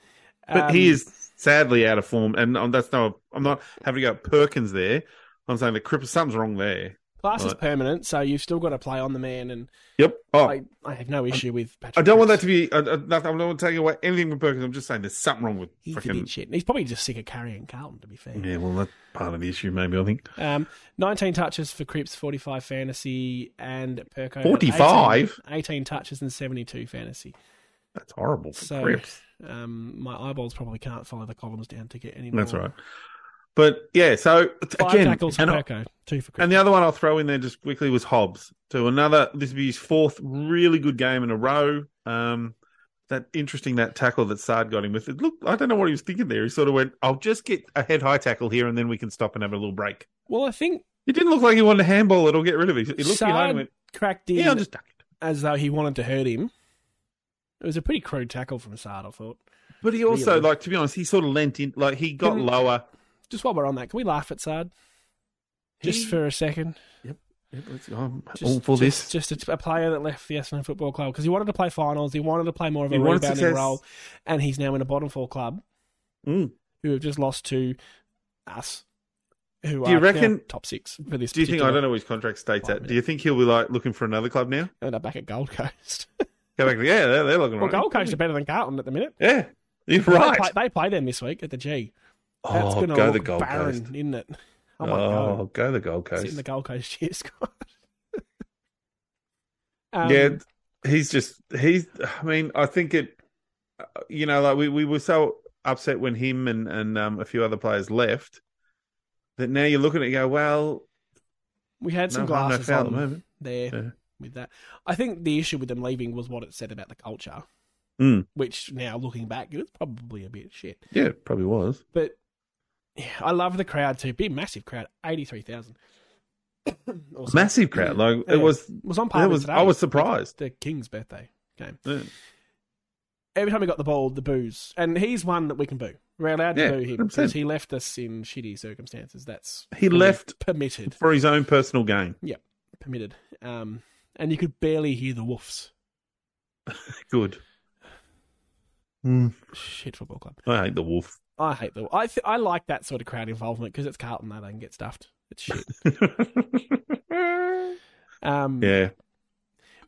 But
Um,
he is sadly out of form. And um, that's no, I'm not having to go at Perkins there. I'm saying the Cripper, something's wrong there.
class is
Right.
permanent, so you've still got to play on the man, and
Yep. Oh, I,
I, I have no issue with. Patrick
don't want
Cripps.
that to be, I, I, not, I'm not want to take away anything from Perkins. I'm just saying there's something wrong with
He's a bit
freaking.
shit. He's probably just sick of carrying Carlton, to be fair.
Yeah, well, that's part of the issue, maybe, I think.
Um, 19 touches for Cripps, 45 fantasy, and Perko. had
45?
18, 18 touches and 72 fantasy.
That's horrible for
So-
Cripps.
Um, my eyeballs probably can't follow the columns down to get any more.
That's all right. But yeah, so
Five
again,
tackles for
and I-
Perko, two for Cripps.
And the other one I'll throw in there just quickly was Hobbs. So another, this will be his fourth really good game in a row. Um, that interesting that tackle that Sard got him with. It look, I don't know what he was thinking there. He sort of went, "I'll just get a head high tackle here, and then we can stop and have a little break."
well, I think
It didn't look like he wanted to handball it or get rid of it. He looked behind
Saad
and went,
cracked in
"Yeah, I'll just duck it."
as though he wanted to hurt him. It was a pretty crude tackle from Sard, I thought.
But he also,
Really?
like to be honest, he sort of leant in, like he got
Can-
lower.
Just while we're on that, can we laugh at Sard? Just
He-
for a second.
oh, I'm
Just,
all for
just-
this.
Just a, a player that left the Essendon Football Club because he wanted to play finals. He wanted to play more of a
He wanted
rebounding
success.
role, and he's now in a bottom four club
Mm.
who have just lost to us, who
Do you
are
reckon-
now top six for this.
Do you think I don't know what his contract states at? Do you think he'll be like looking for another club now?
End up back at Gold Coast.
Go back. to- Yeah, they're, they're looking
well,
right.
Gold Coast are better than Carlton at the minute.
Yeah, you're
They
right.
play, they play them this week at the G. That's
oh,
going to
go
look
the Gold
barren,
Coast.
isn't it? I
Oh,
might go.
go. the Gold Coast.
Sit in the Gold Coast cheer squad.
yeah,
Um,
he's just he's. I mean, I think it. uh, You know, like we we were so upset when him and and um, a few other players left. That now you're looking at it, you go well.
we had some
no harm, no
glasses
foul
on
at the moment.
there
Yeah.
with that. I think the issue with them leaving was what it said about the culture,
Mm.
which now looking back, it was probably a bit shit.
Yeah, it probably was.
But yeah, I love the crowd too. Big, massive crowd, eighty three thousand.
Massive crowd. Like
Yeah.
it was.
was on par.
That
with
was.
today.
I was surprised.
the King's birthday game.
Yeah.
Every time he got the ball, the boos, and he's one that we can boo. We're allowed to
Yeah,
boo him
100%.
because he left us in shitty circumstances. That's
He
fully
left
permitted,
for his own personal gain.
permitted. Um, and you could barely hear the woofs.
Good. Mm.
Shit football club.
I hate the wolf.
I hate the. I th- I like that sort of crowd involvement because it's Carlton. They don't get stuffed. It's shit. Um,
yeah.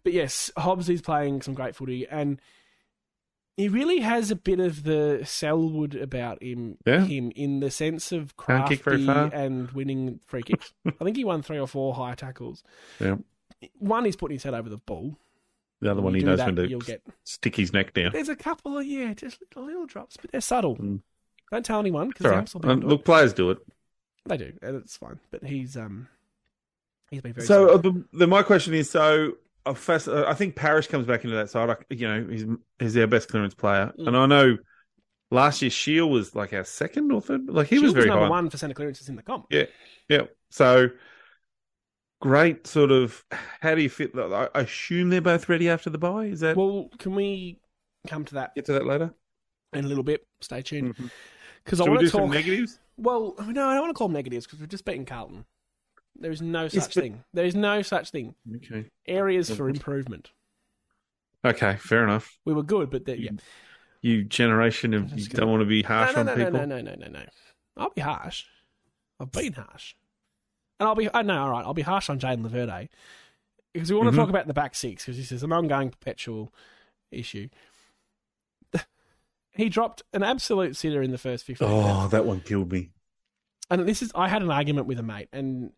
But yes, Hobbs is playing some great footy, and he really has a bit of the Selwood about him.
Yeah.
Him in the sense of
Can't
crafty
kick very far.
and winning free kicks. I think he won three or four high tackles.
Yeah.
One is putting his head over the ball.
The other one,
You
he
do
knows
that,
when to
you'll
s-
get-
stick his neck down.
There's a couple of yeah, just little, little drops, but they're subtle.
Mm.
Don't tell anyone because
It's all right. Um, look, players do it.
they do, and it's fine. But he's um he's been very
So
solid.
uh, the, the, my question is: so uh, first, uh, I think Parrish comes back into that side. I, you know, he's he's our best clearance player,
Mm.
and I know last year Shield was like our second or third. Like he was
Shields
very
number
high.
one for centre clearances in the comp.
Yeah. So great. Sort of. How do you fit? I I assume they're both ready after the bye. Is that?
Well, can we come to that
get to that later.
in a little bit? Stay tuned
Mhm.
because I
Should we
want
do
to
some
talk.
negatives?
well, no, I don't want to call them negatives because we've just beaten Carlton. There is no such
but-
thing. There is no such thing.
Okay.
Areas for improvement.
Okay. Fair enough.
We were good, but there, yeah.
You generation of you
That's good.
don't want to be harsh
no, no,
on
no,
people.
No, no, no, no, no. I'll be harsh. I've been harsh, and I'll be. I know, all right. I'll be harsh on Jaden Laverde because we want
Mhm.
to talk about the back six because this is an ongoing perpetual issue. he dropped an absolute sitter in the first fifteen.
Oh, that one killed me.
and this is I had an argument with a mate, and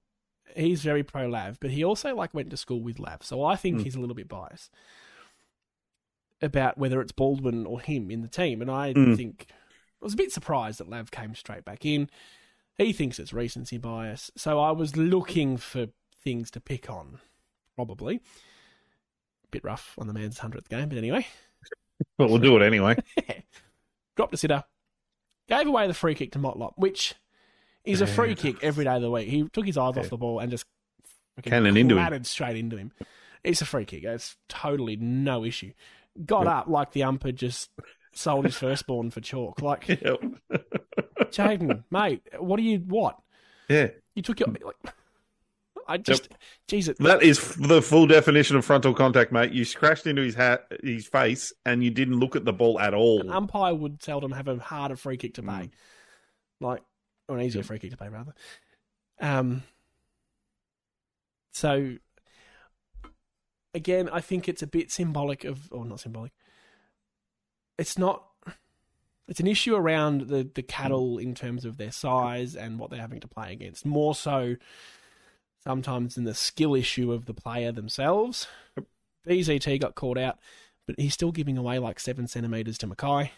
he's very pro Lav, but he also like went to school with Lav, so I think
Hmm.
he's a little bit biased about whether it's Baldwin or him in the team, and I
Hmm.
think I was a bit surprised that Lav came straight back in. He thinks it's recency bias, so I was looking for things to pick on, probably. Bit rough on the man's hundredth game, but anyway.
But we'll do it anyway.
dropped a sitter, gave away the free kick to Motlop, which is a free
Yeah.
kick every day of the week. He took his eyes
Yeah.
off the ball and just freaking
Cannon into him.
clattered straight into him. It's a free kick. It's totally no issue. Got up like the umper just sold his firstborn for chalk. Like
Yep.
Jaden, mate, what do you what?
Yeah.
You took your like. I just Jesus.
That is f- the full definition of frontal contact, mate. You scratched into his hat, his face, and you didn't look at the ball at all.
An umpire would seldom have a harder free kick to pay,
Mm.
like or an easier free kick to pay rather. Um. So, again, I think it's a bit symbolic of, or not symbolic. It's not. It's an issue around the the cattle
Mm.
in terms of their size and what they're having to play against, more so sometimes than the skill issue of the player themselves. BZT got called out but he's still giving away like seven centimeters to Mackay.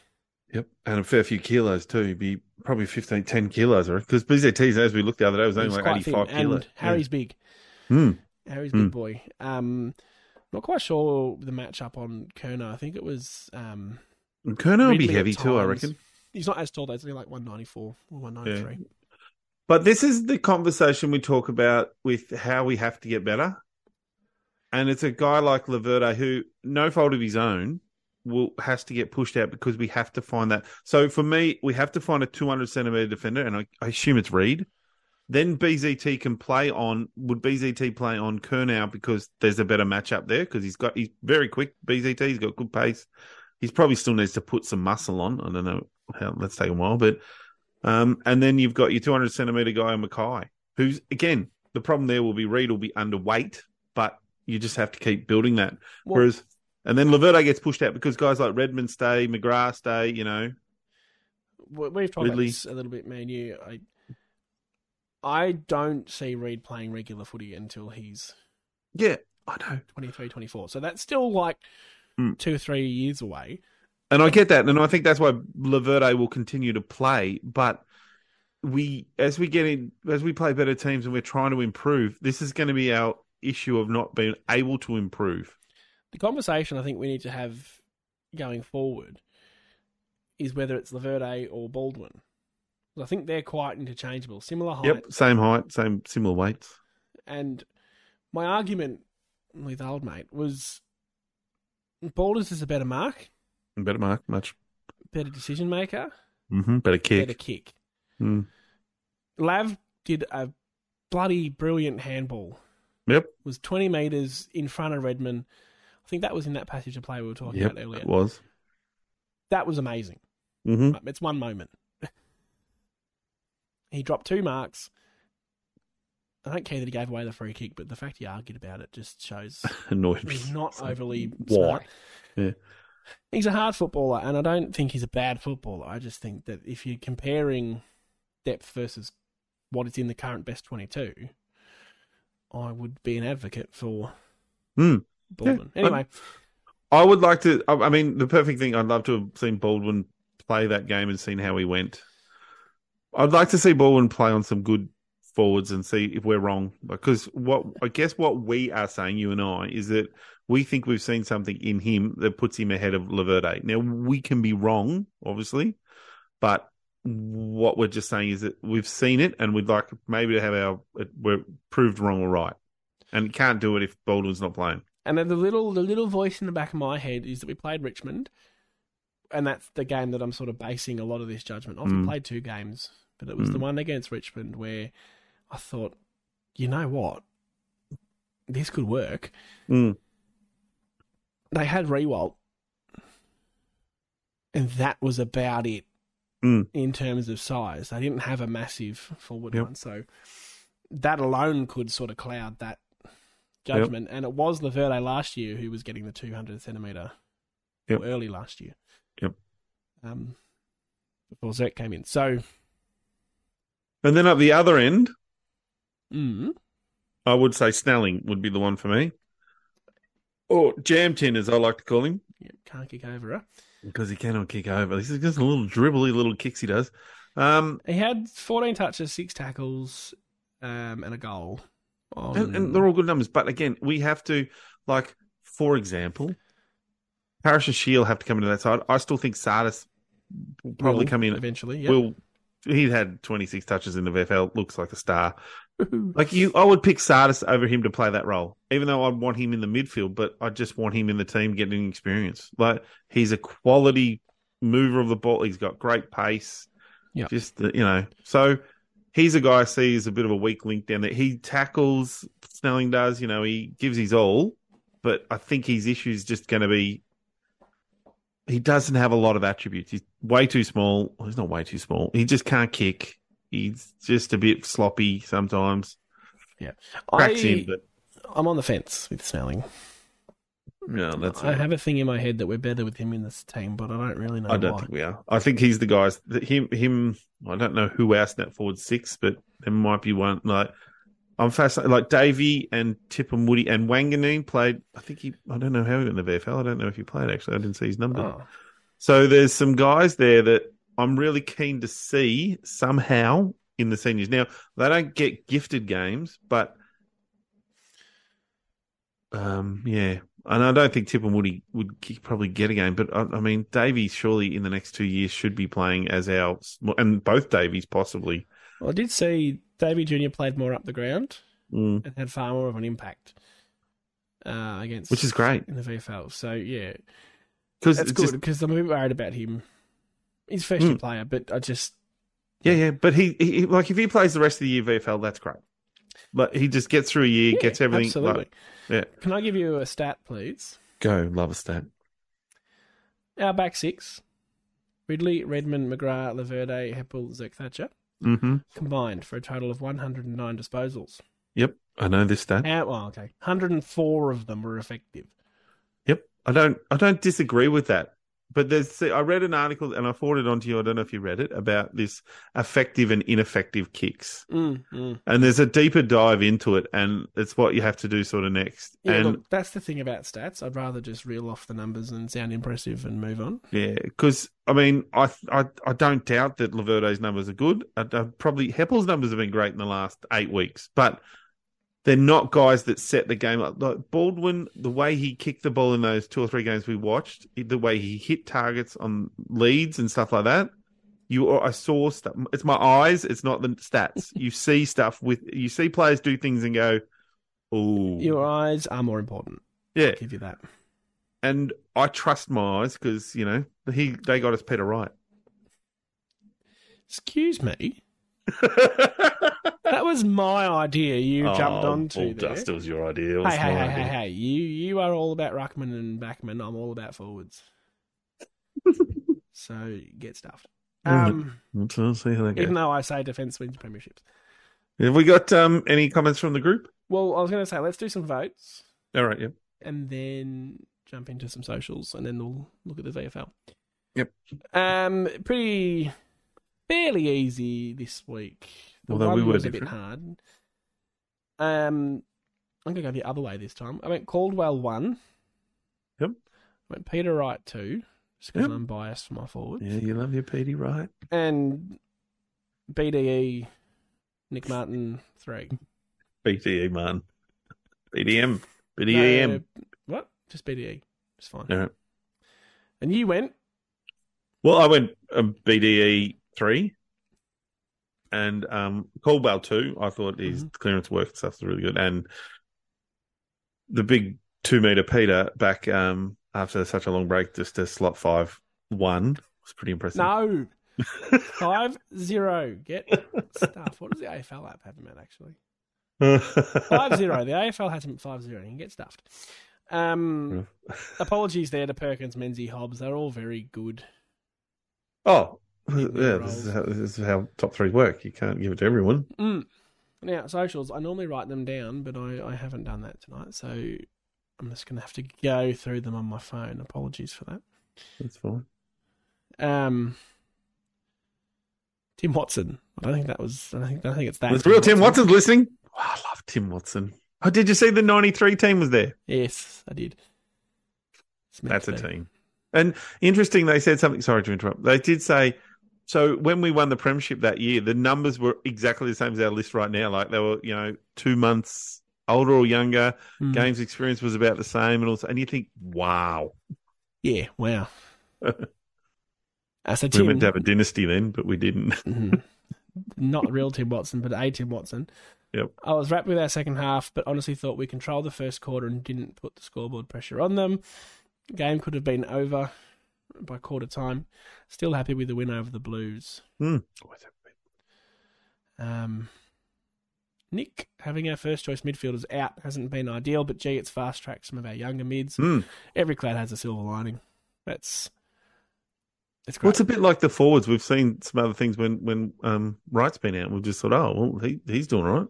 Yep. And a fair few kilos, too. He'd be probably 15, 10 kilos, right? Because BZT's, as we looked the other day, was only
He's
like
quite
85
thin,
kilos.
And Harry's big.
Yeah. Mm.
Harry's
Hmm.
big boy. Um, not quite sure the matchup on Kerner. I think it was. Um,
And Kerner will be
Ridley at
heavy, too, I
times.
reckon.
He's not as tall. though. He's only like one ninety four or one ninety three.
But this is the conversation we talk about with how we have to get better. And it's a guy like Laverde who, no fault of his own, will has to get pushed out because we have to find that. So for me, we have to find a 200 centimeter defender, and I, I assume it's Reed. Then BZT can play on. Would BZT play on Kernow because there's a better matchup there? Because he's got he's very quick. BZT he's got good pace. He's probably still needs to put some muscle on. I don't know how that's taken a while, but um, and then you've got your 200 centimeter guy, Mackay, who's again the problem there will be Reed will be underweight, but you just have to keep building that.
Well-
Whereas, and then Laverde gets pushed out because guys like Redmond stay, McGrath stay, you know.
We- We've talked about
Ridley.
this a little bit, man. You, I, I don't see Reed playing regular footy until he's
Yeah, I know.
23, 24. So that's still like
Hmm.
two or three years away.
And I get that, and I think that's why Laverde will continue to play. But we, as we get in, as we play better teams, and we're trying to improve, this is going to be our issue of not being able to improve.
the conversation I think we need to have going forward is whether it's Laverde or Baldwin. 'Cause I think they're quite interchangeable, similar height.
Yep, same height, same similar weights.
And my argument with old mate was Balders is a better mark,
Better mark, much
better decision maker,
hmm better kick.
better kick.
Mm.
Lav did a bloody brilliant handball.
Yep.
Was 20 metres in front of Redmond. I think that was in that passage of play we were talking
Yep,
about earlier.
it was.
That was amazing.
hmm
It's one moment. he dropped two marks. I don't care that he gave away the free kick, but the fact he argued about it just shows
Annoyed me.
he's not overly
Why?
smart.
Yeah.
He's a hard footballer, and I don't think he's a bad footballer. I just think that if you're comparing depth versus what is in the current best 22, I would be an advocate for
Hmm.
Baldwin.
Yeah,
anyway,
I would like to. I I mean, the perfect thing. I'd love to have seen Baldwin play that game and seen how he went. I'd like to see Baldwin play on some good forwards and see if we're wrong. Because what I guess what we are saying, you and I, is that we think we've seen something in him that puts him ahead of Laverde. Now we can be wrong, obviously, but what we're just saying is that we've seen it and we'd like maybe to have our we're proved wrong or right, and can't do it if Baldwin's not playing.
And then the little the little voice in the back of my head is that we played Richmond, and that's the game that I'm sort of basing a lot of this judgment off. We
Mm.
played two games, but it was
Mm.
the one against Richmond where I thought, you know what, this could work.
Mm.
They had Rewalt, and that was about it
Mm.
in terms of size. They didn't have a massive forward
Yep.
one, so that alone could sort of cloud that judgment. And it was Laverde last year who was getting the 200 centimetre
Yep.
or early last year.
Yep.
Um, before Zerk came in. So,
And then at the other end,
mm,
I would say Snelling would be the one for me. Or Jam Tin, as I like to call him,
yeah, can't kick over her.
because he cannot kick over. This is just a little dribbly little kicks he does. Um,
He had 14 touches, six tackles, um, and a goal. On...
and, and they're all good numbers. But again, we have to, like, for example, Parish and Shield have to come into that side. I still think Sardis will probably
will
come in.
eventually. Yeah.
Will he had 26 touches in the VFL, looks like a star. Like you, I would pick Sardis over him to play that role, even though I want him in the midfield. But I just want him in the team getting experience. Like he's a quality mover of the ball. He's got great pace.
Yeah.
just the, you know. So he's a guy I see is a bit of a weak link down there. He tackles Snelling does. You know, he gives his all, but I think his issue is just going to be. He doesn't have a lot of attributes. He's way too small. Well, he's not way too small. He just can't kick. He's just a bit sloppy sometimes cracks
I,
in, but
I'm on the fence with Snelling.
no, that's
I have a thing in my head that we're better with him in this team, but I don't really know
I don't
why.
think we are. I think he's the guys that him him. I don't know who else net forward six, but there might be one. Like I'm fascinated. Like Davey and Tip and Woody and Wanganeen played. I think he. I don't know how he got in the VFL. I don't know if he played actually. I didn't see his number.
Oh.
So there's some guys there that I'm really keen to see somehow in the seniors. Now they don't get gifted games, but um, yeah, and I don't think Tip and Woody would ki- probably get a game. But I, I mean, Davies surely in the next two years should be playing as our and both Davies possibly.
Well, I did see Davy Junior played more up the ground
Mm.
and had far more of an impact uh, against,
Which is great.
in the VFL. So yeah,
because
that's good because I'm a bit worried about him. He's a first
Hmm.
year player, but I just
Yeah, yeah, but he, he he- like if he plays the rest of the year VFL, that's great. But he just gets through a year,
yeah,
gets everything.
absolutely.
Like, yeah.
Can I give you a stat, please?
go, love a stat.
Our back six: Ridley, Redmond, McGrath, Laverde, Heppel, Zerk Thatcher,
Mm-hmm.
combined for a total of 109 disposals.
Yep, I know this stat.
How, well, okay, 104 of them were effective.
Yep, I don't I don't disagree with that. But there's see, I read an article and I forwarded it on to you. I don't know if you read it about this effective and ineffective kicks,
Mm, mm.
and there's a deeper dive into it, and it's what you have to do sort of next.
Yeah,
and
look, that's the thing about stats. I'd rather just reel off the numbers and sound impressive and move on.
yeah, because I mean, I, I I don't doubt that Laverde's numbers are good. I, I probably Heppel's numbers have been great in the last eight weeks, but they're not guys that set the game up. Like Baldwin, the way he kicked the ball in those two or three games we watched, the way he hit targets on leads and stuff like that. You, I saw stuff. It's my eyes. It's not the stats. you see stuff with. You see players do things and go, "Oh,
Your eyes are more important.
yeah."
I'll give you that.
And I trust my eyes because you know he. They got us Peter Wright.
Excuse me. That was my idea. You jumped
Oh,
onto
Bull
there.
Dust, it was your idea. It was
Hey, hey,
my
hey, hey,
idea.
hey! You you are all about ruckman and backman. I'm all about forwards. so get stuffed.
Yeah,
Um,
Let's let's see how that goes.
Even though I say defence wins premierships.
Have we got um, any comments from the group?
Well, I was going to say let's do some votes.
All right, yeah.
and then jump into some socials, and then we'll look at the VFL.
Yep.
Um, pretty fairly easy this week. The
Although
one
we were
was a bit
different.
hard. Um, I'm gonna go the other way this time. I went Caldwell one.
Yep.
I went Peter Wright two, just because
Yep.
I'm biased for my forward.
Yeah, you love your PD, right?
And BDE Nick Martin three.
BDE, E, man. E BDM. BDEM.
No, Uh, what? Just BDE. It's fine.
All right.
And you went
Well, I went um, BDE three, and um, Caldwell two. I thought his
Mm-hmm.
clearance work and stuff's really good, and the big two meter Peter back um, after such a long break, just a slot five one was pretty impressive.
No. Five zero. Get stuff. What does the AFL app have him at actually? Five zero. The AFL has him at five zero. You can get stuffed. Um, apologies there to Perkins, Menzies, Hobbs. They're all very good.
oh, yeah. This is, how, this is how top three work. You can't give it to everyone.
Mm. Now socials. I normally write them down, but I, I haven't done that tonight, so I'm just gonna have to go through them on my phone. Apologies for that.
That's fine.
Um, Tim Watson. I don't think that was. I don't think, I don't think it's that.
It's real. Tim Watson's listening. Oh, I love Tim Watson. Oh, did you see the '93 team was there?
Yes, I did. It's meant
That's
to
a
be.
team. And interesting, they said something. Sorry to interrupt. They did say so when we won the premiership that year, the numbers were exactly the same as our list right now. Like they were, you know, two months older or younger.
Mm.
Games experience was about the same, and also, and you think, wow,
Yeah, wow. As a
we
Tim,
meant to have a dynasty then, but we didn't.
Mhm. not real Tim Watson, but a Tim Watson.
Yep.
I was wrapped with our second half, but honestly thought we controlled the first quarter and didn't put the scoreboard pressure on them. Game could have been over by quarter time. Still happy with the win over the Blues.
Hmm.
Um, Nick having our first choice midfielders out hasn't been ideal, but gee, it's fast tracked some of our younger mids.
Hmm.
Every cloud has a silver lining. That's it's great.
Well, it's a bit like the forwards. We've seen some other things when when um, Wright's been out. We've just thought, oh, well, he, he's doing all right.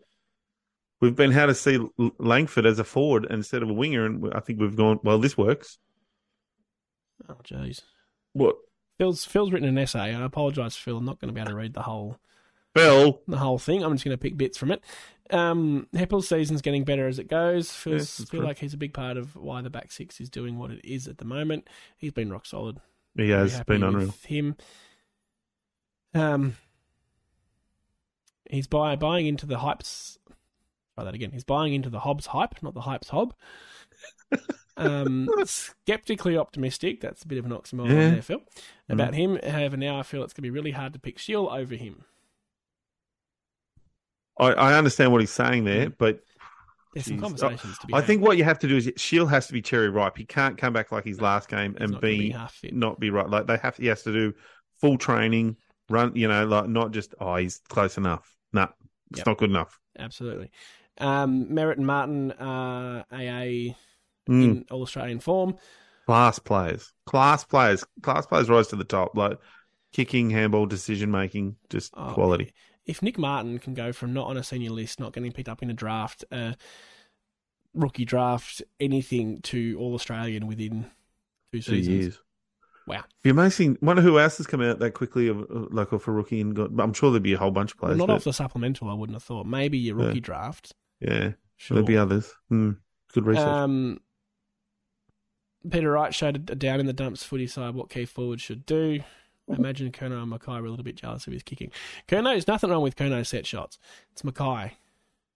We've been how to see L- Langford as a forward instead of a winger, and we- I think we've gone, well, this works.
oh, jeez.
What?
Phil's Phil's written an essay, and I apologise, Phil. I'm not going to be able to read the whole
Bell.
the whole thing. I'm just going to pick bits from it. Um, Heppel's season's getting better as it goes. Feels
Yes, that's
feel
true.
like he's a big part of why the back six is doing what it is at the moment. He's been rock solid.
He
Very
has
happy
been unreal.
With him. Um, he's buy, buying into the hypes. Try that again. He's buying into the Hobbs hype, not the hypes hob. Um, skeptically optimistic. That's a bit of an oxymoron
Yeah. Mm.
there, Phil. About him. However, now I feel it's going to be really hard to pick Shield over him.
I, I understand what he's saying there,
Mm.
but
There's some
Jeez.
conversations to be
I
had.
think what you have to do is Shield has to be cherry ripe. He can't come back like his last game
He's
and
not gonna
be
half fit.
not be right. Like they have, he has to do full training, run. You know, like not just oh, he's close enough. No, it's
Yep.
not good enough.
Absolutely. Um, Merritt and Martin are AA
Mm.
in All Australian form.
class players, class players, class players rise to the top. Like kicking, handball, decision making, just
Oh,
quality.
If Nick Martin can go from not on a senior list, not getting picked up in a draft, a rookie draft, anything to All Australian within two
Two
seasons,
years.
Wow.
Be amazing. Wonder who else has come out that quickly, of, of- like off a rookie and got. I'm sure there'd be a whole bunch of
Well,
players.
not
but-
off the supplemental, I wouldn't have thought. Maybe your
Yeah.
rookie draft.
yeah,
Sure.
there'd be others. Hmm. Good research.
Um, Peter Wright showed a down in the dumps footy side what key forward should do. I imagine Kerno and Mackay were a little bit jealous of his kicking. Kerno, there's nothing wrong with Kerno's set shots. It's Mackay.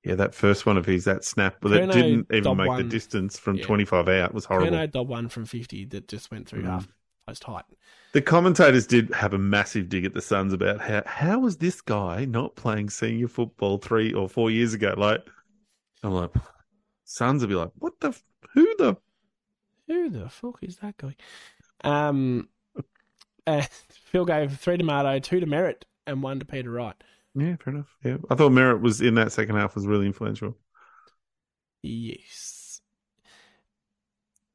yeah, that first one of his, that snap, but it
Kerno
didn't even
dobbed
make
one.
the distance from
Yeah.
25 out. It was horrible.
Kerno dob one from 50 that just went through
Mm.
half post height.
The commentators did have a massive dig at the Suns about how how was this guy not playing senior football three or four years ago? Like, I'm like, Suns would be like, what the, f- who the,
Who the fuck is that guy? Um, uh, Phil gave three to Mardo, two to Merritt, and one to Peter Wright.
Yeah, fair enough. Yeah, I thought Merritt was in that second half was really influential.
Yes.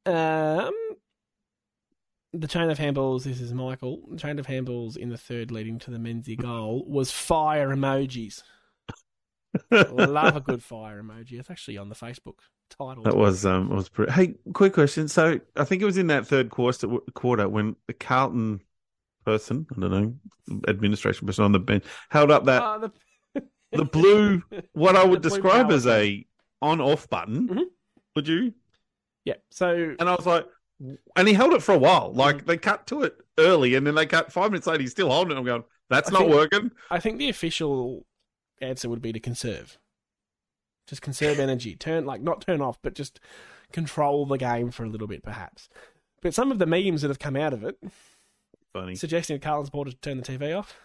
Um, the chain of handballs. This is Michael. The chain of handballs in the third, leading to the Menzies goal, was fire emojis. Love a good fire emoji. It's actually on the Facebook title.
That was um it was pretty. Hey, quick question. So I think it was in that third quarter quarter when the Carlton person, I don't know, administration person on the bench held up that
Ah, the,
the blue what I would
The blue
describe
power
as a on off button.
Mhm.
Would you?
yeah. So
And I was like, and he held it for a while.
Mm.
Like they cut to it early, and then they cut five minutes later. He's still holding it. I'm going, that's
I
not
think-
working.
I think the official answer would be to conserve. Just conserve energy. Turn like not turn off, but just control the game for a little bit, perhaps. But some of the memes that have come out of it
Funny.
suggesting that Carlton supporters turn the TV off.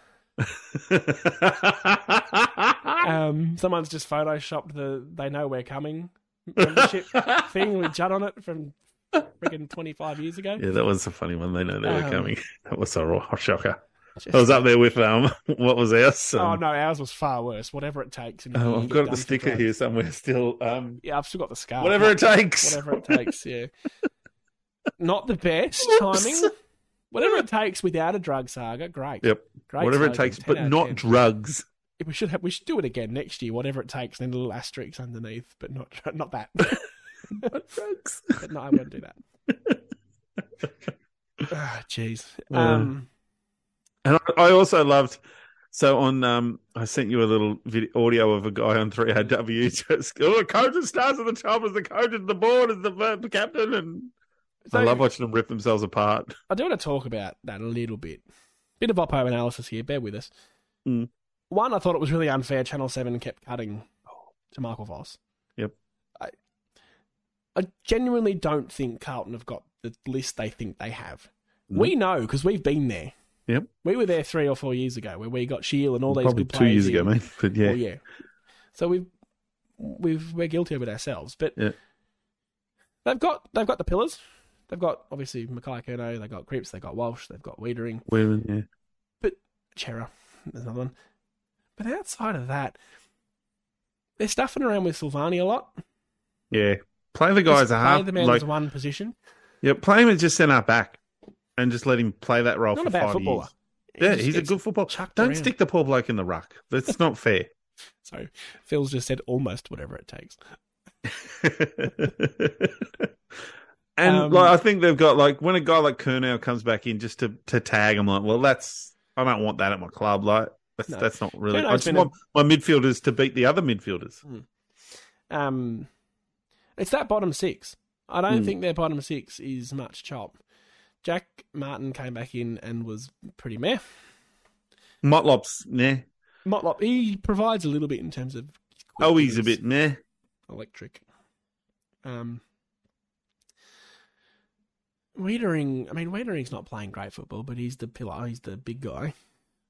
Um, someone's just photoshopped the "They Know We're Coming" membership thing with Judd on it from friggin' twenty five years ago.
yeah, that was a funny one. They know they were
Um,
coming. That was a raw shocker.
Just-
I was up there with um, what was ours?
oh
Um,
no, ours was far worse. Whatever it takes. and
oh,
you
I've
get
got
done
the
for
sticker
drugs. Uh,
here somewhere still. Um,
Yeah, I've still got the scar.
whatever it takes.
whatever it takes. Yeah, not the best
Whoops.
timing. Whatever it takes without a drug saga, great.
Yep.
Great
whatever it
slogan,
takes,
10
but
out of
not
10.
drugs.
we should have. We should do it again next year. Whatever it takes, and a little asterisk underneath, but not not that.
Not drugs.
but no, I won't do that. Ah, Jeez.
Uh.
um,
And I, I also loved. So on, um, I sent you a little video, audio of a guy on 3RW just, oh, the coach and stars at the top is the coach and the board is the, the captain. And
so
I love watching them rip themselves apart.
I do want to talk about that a little bit. Bit of oppo analysis here. Bear with us.
Mm.
One, I thought it was really unfair. Channel Seven kept cutting to Michael Voss.
Yep.
I, I genuinely don't think Carlton have got the list they think they have. We know because we've been there.
Yep.
We were there three or four years ago where we got Shield and all these
Probably
good
two years
players
ago,
in.
mate. But yeah.
Well, yeah. So we've we've we're guilty of it ourselves. But
Yeah.
they've got they've got the pillars. They've got obviously Mackay Kerno, they've got Cripps, they've got Walsh, they've got Wiedering,
Women, yeah.
Chera, there's another one. But outside of that, they're stuffing around with Silvani a lot.
Yeah. Play the
Just
guys a half.
Play the man
like,
as one position.
yeah, play him as just centre back and just let him play that role
Not
for
a bad
five
footballer.
years. Yeah,
just
he's a
gets
good footballer.
chucked
Don't
around.
stick the poor bloke in the ruck. That's not fair.
So Phil's just said almost whatever it takes.
and
Um,
like I think they've got like when a guy like Kurnow comes back in just to to tag, I'm like, well, that's I don't want that at my club. Like that's
No.
that's not really.
Kurnow's
I just
been
want my midfielders to beat the other midfielders.
Um, it's that bottom six. I don't
Hmm.
think their bottom six is much chop. Jack Martin came back in and was pretty meh.
Motlop's nah.
Motlop, he provides a little bit in terms of. quick
Oh, he's a
release,
bit nah.
electric. Um, Wiedering, I mean, Wiedering's not playing great football, but he's the pillar. oh, He's the big guy.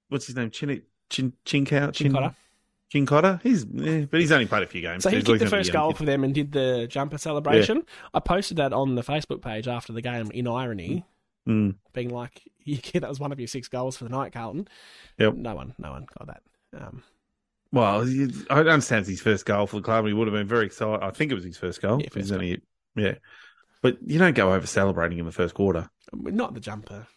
What's his name? Chin Chin Chinkow Chin
Chincotta.
Chincotta. He's nah, but he's only played a few games.
So he
he's
kicked
always
the
gonna be
first
young
goal
kid.
for them and did the jumper celebration. I posted that on the Facebook page after the game in irony.
Mm.
being like, "Yeah, that was one of your six goals for the night, Carlton."
Yep.
No one, no one got that. Um,
Well, you- I understand it's his first goal for the club. He would have been very excited. I think it was his first goal.
Yeah,
It was
first
only- yeah. But you don't go over celebrating in the first quarter.
not the jumper.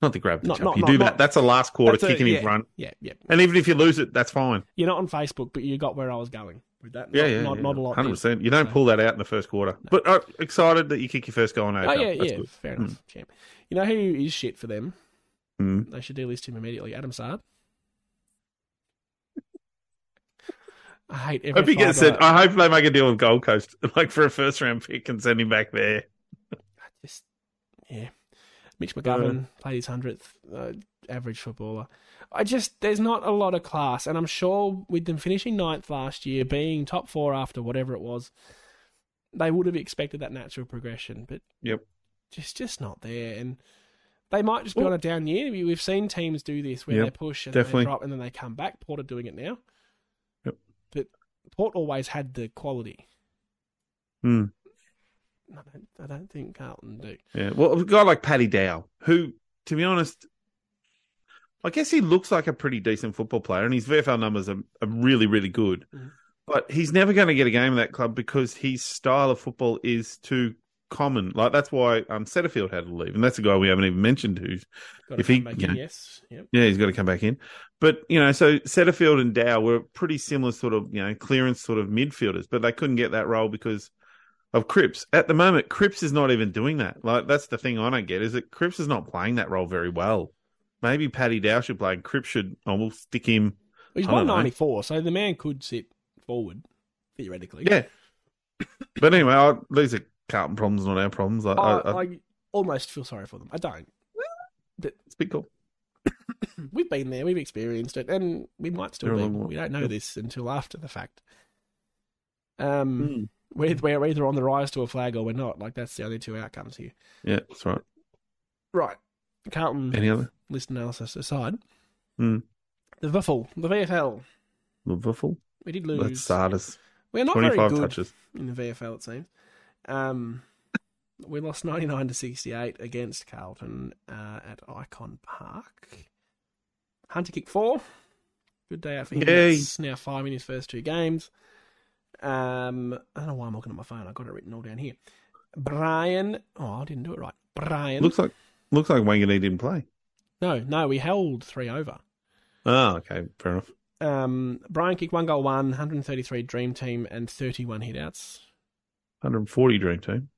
Not the grab the
Not-
jump.
not-
you
not-
do that.
not-
That's a last quarter
That's a-
kicking in
yeah.
front.
Yeah, yeah.
And even if you lose it, that's fine.
You're not on Facebook, but you got where I was going with that.
Yeah,
not,
yeah,
Not,
yeah.
not a lot. did.
100%. You don't
So-
pull that out in the first quarter. But uh, excited that you kick your first goal on AFL.
Oh yeah,
That's
yeah.
good. Hmm.
Fair enough. Champ. You know who is shit for them?
Mm.
They should delist him immediately. Adam Sard. I hate
I
every.
hope he gets
fibre-
sent. I hope they make a deal with Gold Coast, like for a first round pick and send him back there.
just yeah. Mitch
um,
McGovern played his hundredth uh, average footballer. I just there's not a lot of class, and I'm sure with them finishing ninth last year, being top four after whatever it was, they would have expected that natural progression, but
Yep.
just just not there. And they might just be on a down year. We- We've seen teams do this where
Yep,
they push and
definitely.
they drop and then they come back. Port are doing it now.
Yep.
But Port always had the quality.
Hmm.
I don't, I don't think Carlton do.
Yeah. Well, a guy like Paddy Dow, who, to be honest, I guess he looks like a pretty decent football player, and his VFL numbers are, are really, really good.
Mhm.
But he's never going to get a game in that club because his style of football is too common. Like that's why um, Setterfield had to leave, and that's a guy we haven't even mentioned who's
Got
If he-
come back in,
yeah.
yes, yep.
yeah, he's got to come back in. But you know, so Setterfield and Dow were pretty similar sort of you know clearance sort of midfielders, but they couldn't get that role because of Cripps. At the moment, Cripps is not even doing that. Like that's the thing I don't get is that Cripps is not playing that role very well. Maybe Paddy Dow should play, and Cripps should. I will stick him.
He's
I don't know.
194, so the man could sit forward theoretically.
Yeah. But anyway, I, these are Carlton problems, not our problems. I,
Oh, I,
I, I,
I almost feel sorry for them. I don't.
it's a bit cool.
We've been there, we've experienced it, and we might still
They're a
be.
long way.
We don't know this until after the fact.
Hmm.
Um, we're, we're either on the rise to a flag or we're not. Like that's the only two outcomes here.
Yeah, that's right.
Right, Carlton
Any other
list analysis aside,
Hmm.
the VFL, the VFL,
Liverpool?
we did
That's
lose.
Sardis.
We're not very
Twenty-five
good
touches.
in the VFL, it seems. Um, we lost 99 to 68 against Carlton uh, at Icon Park. Hunter kicked four. Good day out for him.
Yay.
That's now five in his first two games. Um, I don't know why I'm looking at my phone. I've got it written all down here. Brian. Oh, I didn't do it right. Brian.
Looks like looks like Wanganee didn't play.
no, no, we held three over.
Oh, okay, fair enough.
Um, Brian kicked one goal, one, 133 dream team, and 31 hitouts.
140 dream team.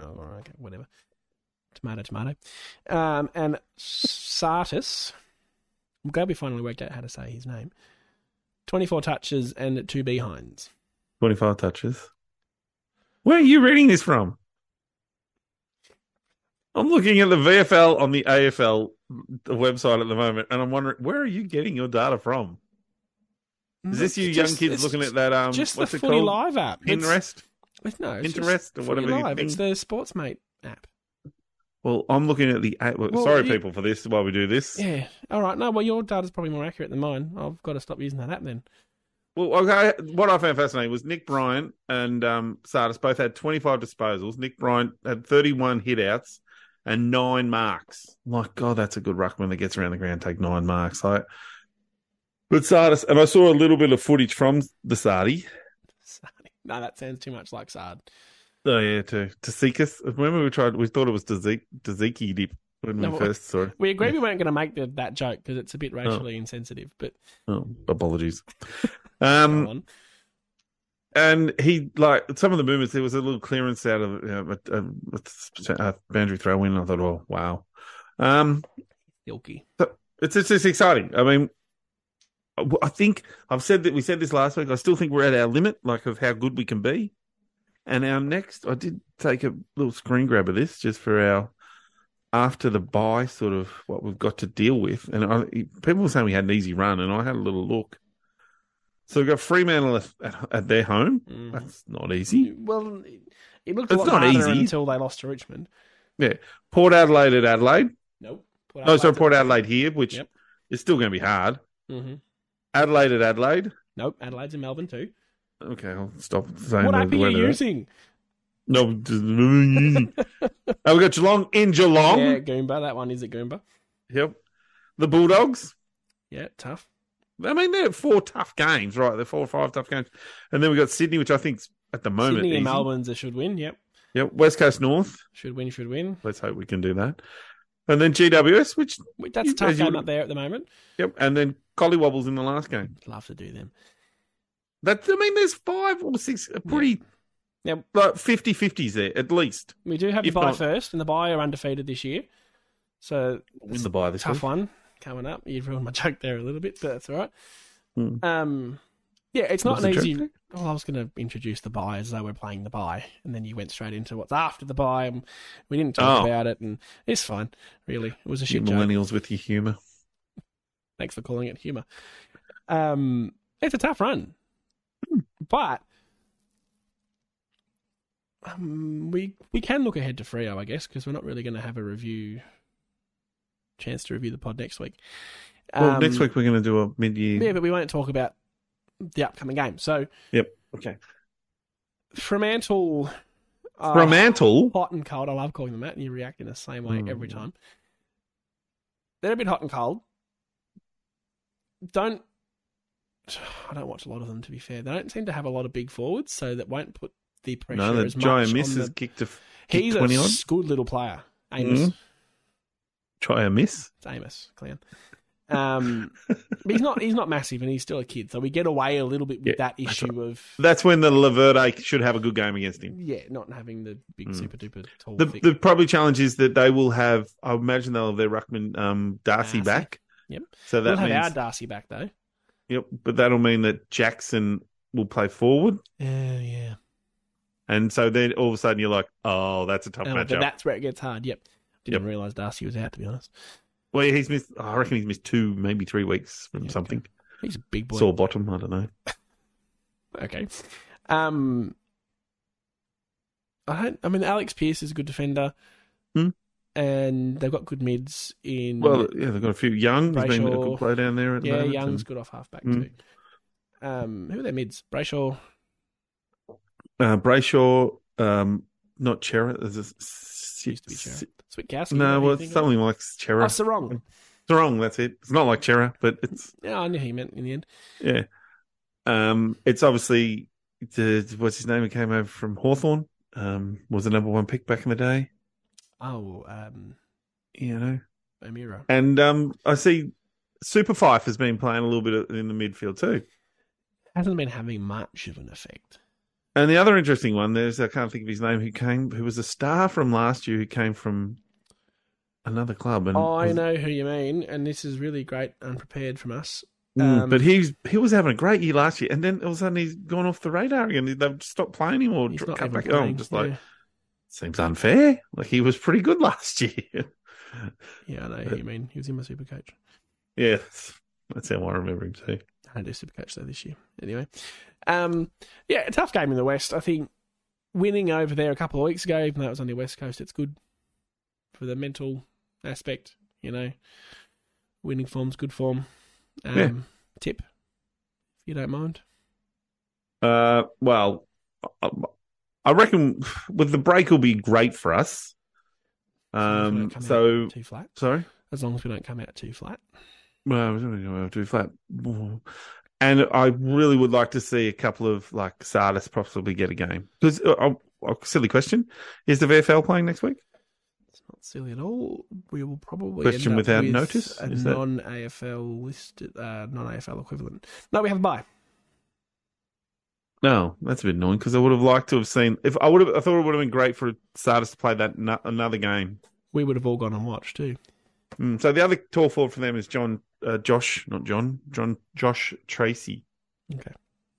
Oh, all right, okay, whatever. Tomato, tomato. Um, and Sartis. I'm glad we finally worked out how to say his name. 24 touches and two behinds.
25 touches. Where are you reading this from? I'm looking at the VFL on the AFL website at the moment, and I'm wondering where are you getting your data from? Is this you young
Just-
kids
it's
looking at that? Um,
just
what's
the
it
Footy
called?
Live app? It's-
Pinterest.
it's- no, it's just
Pinterest or
Footy
whatever you
Live. It's
think.
the Sportsmate app.
Well, I'm looking at the. A- well,
Well,
sorry,
you-
people, for this while we do this.
Yeah. All right. No, well, your data's probably more accurate than mine. I've got to stop using that app then.
Well, okay. What I found fascinating was Nick Bryant and um, Sardis both had 25 disposals. Nick Bryant had 31 hitouts and nine marks. My God, that's a good ruckman that gets around the ground, take nine marks. I, but Sardis, and I saw a little bit of footage from the Sardi.
Sard. No, that sounds too much like Sard.
Oh yeah, to Tazikas. Remember we tried, we thought it was Taziki Taziki dip when we
No, but-
first saw it.
We agreed we weren't going to make the, that joke because it's a bit racially insensitive, but
Oh, apologies.
go
Um,
on.
and he like some of the movements. There was a little clearance out of uh, a, a, a boundary throw in. I thought, oh wow, um,
Silky.
it's it's, it's exciting. I mean, I- I think I've said that we said this last week. I still think we're at our limit, like of how good we can be. And our next, I did take a little screen grab of this just for our after the buy sort of what we've got to deal with. And I, people were saying we had an easy run, and I had a little look. So we've got Fremantle at, at, at their home.
Mhm.
That's not easy.
Well, it- it looked a
It's
lot
not
harder
easy.
until they lost to Richmond.
Port Adelaide at Adelaide.
Nope. Port
No, sorry, Port Adelaide here, which
Yep.
is still going to be hard.
hmm
Adelaide at Adelaide.
Nope. Adelaide's in Melbourne too.
Okay, I'll stop saying
what
the
app are you
weather.
using?
No, just- oh, we got Geelong in Geelong.
yeah, Goomba. That one is at Goomba.
Yep, the Bulldogs.
Yeah, tough.
I mean, they're four tough games, right? They're four or five tough games, and then we got Sydney, which I think's at the moment
Sydney
easy.
and Melbourne's a should win. Yep.
Yep, West Coast North.
Should win, should win.
Let's hope we can do that. And then GWS, which
Wait, That's a
You-
tough
as you
game
would-
up there at the moment.
yep, and then Collywobbles in the last game.
Love to do them.
That I mean, there's five or six pretty
Yeah. Yeah.
like 50 50s there at least.
We do have the
If
buy
not-
first, and the buy are undefeated this year. So
Win the buy this
tough
week.
one coming up. You ruined my joke there a little bit, but that's all right.
Hmm.
Um, yeah, it's not
What's
an
the joke
easy.
there?
Well, I was going to introduce the buy as though we're playing the buy, and then you went straight into what's after the buy, and we didn't talk
Oh.
about it, and it's fine. Really, it was a
You
shit joke.
millennials with your humor.
Thanks for calling it humor. Um, it's a tough run, but um, we we can look ahead to Frio, I guess, because we're not really going to have a review chance to review the pod next week.
Well,
Um,
next week we're going to do a mid year.
yeah, but we won't talk about the upcoming game. So
okay.
Fremantle, uh,
Fremantle.
hot and cold. I love calling them that, and you react in the same way
Mm.
every time. They're a bit hot and cold. don't. I don't watch a lot of them, to be fair. They don't seem to have a lot of big forwards, so that won't put the pressure
no, that
as much
giant
on
miss
the-
has kicked a kicked
He's a
20 odd.
good little player, Amos.
Mhm. Try a miss.
It's Amos Clown. Um, but he's not. He's not massive, and he's still a kid, so we get away a little bit with
Yeah,
that
that's
issue of
That's when the Laverde should have a good game against him.
yeah, not having the big
Mm.
super duper tall.
The,
thick-
the probably challenge is that they will have. I imagine they'll have their ruckman um, Darcy,
Darcy.
back.
Yep.
So that
we'll have
means
our Darcy back though.
Yep, but that'll mean that Jackson will play forward,
Yeah, yeah.
and so then all of a sudden you're like, oh, that's a tough
Oh, but
matchup.
that's where it gets hard. Yep. Didn't
Yep.
realize Darcy was out. To be honest,
well, he's missed. oh, I reckon he's missed two, maybe three weeks from
Yeah,
something.
he's a big boy.
Sore bottom. I don't know.
Okay. Um, I don't, I mean, Alex Pierce is a good defender,
Hmm.
and they've got good mids in.
Well, yeah, they've got a few. Young has been a
Mm-hmm. Brayshaw.
good player down there at the
yeah,
moment.
Young's good off halfback
Hmm.
too. Um, who are their mids? Brayshaw.
and, uh, Brayshaw, um, not Chera. There's a s-
Used to be Chera.
s-
Switkowski.
No, well,
what
it's something like
Oh,
Chera. It's
Sarong.
wrong. That's it. It's not like Chera, but it's
Yeah, I knew who he meant in the end.
yeah. Um, it's obviously the what's his name? He came over from Hawthorn. Um, was the number one pick back in the day.
Oh, um,
You know,
Omira.
and um, I see Super Fife has been playing a little bit in the midfield too.
Hasn't been having much of an effect.
And the other interesting one, there's I can't think of his name. Who came? Who was a star from last year? Who came from another club? And
I
was-
know who you mean, and this is really great, unprepared from us.
Mm,
Um,
but he's he was having a great year last year, and then all of a sudden he's gone off the radar again. They've stopped playing him or
He's
dr-
not
cut
even
back. Oh, I'm
playing.
just like
yeah,
seems unfair. Like he was pretty good last year.
yeah, I know who you mean. He was in my super coach.
yeah, that's, that's how I remember him too.
I don't do Supercoach though this year. Anyway, um, yeah, a tough game in the West. I think winning over there a couple of weeks ago, even though it was on the West Coast, it's good for the mental aspect. You know, winning form's good form. Um,
Yeah.
Tip, if you don't mind.
Uh, well, I, I reckon with the break will be great for us.
As long as we don't
Um,
come
so
out too flat.
sorry.
As long as we don't come out too flat.
Well, I was only going to do flat. mm, And I really would like to see a couple of like Sardis possibly get a game because uh, uh, uh, silly question is the VFL playing next week?
It's not silly at all. We will probably end
Question
up
without
with
notice?
a
Is that-
non AFL listed, uh, non AFL equivalent. No, we have a bye.
No, that's a bit annoying because I would have liked to have seen if I would have. I thought it would have been great for Sardis to play that no, another game.
We would have all gone and watched too.
Mm, so the other tall forward for them is John, uh, Josh, not John, John, Josh Tracy,
Okay,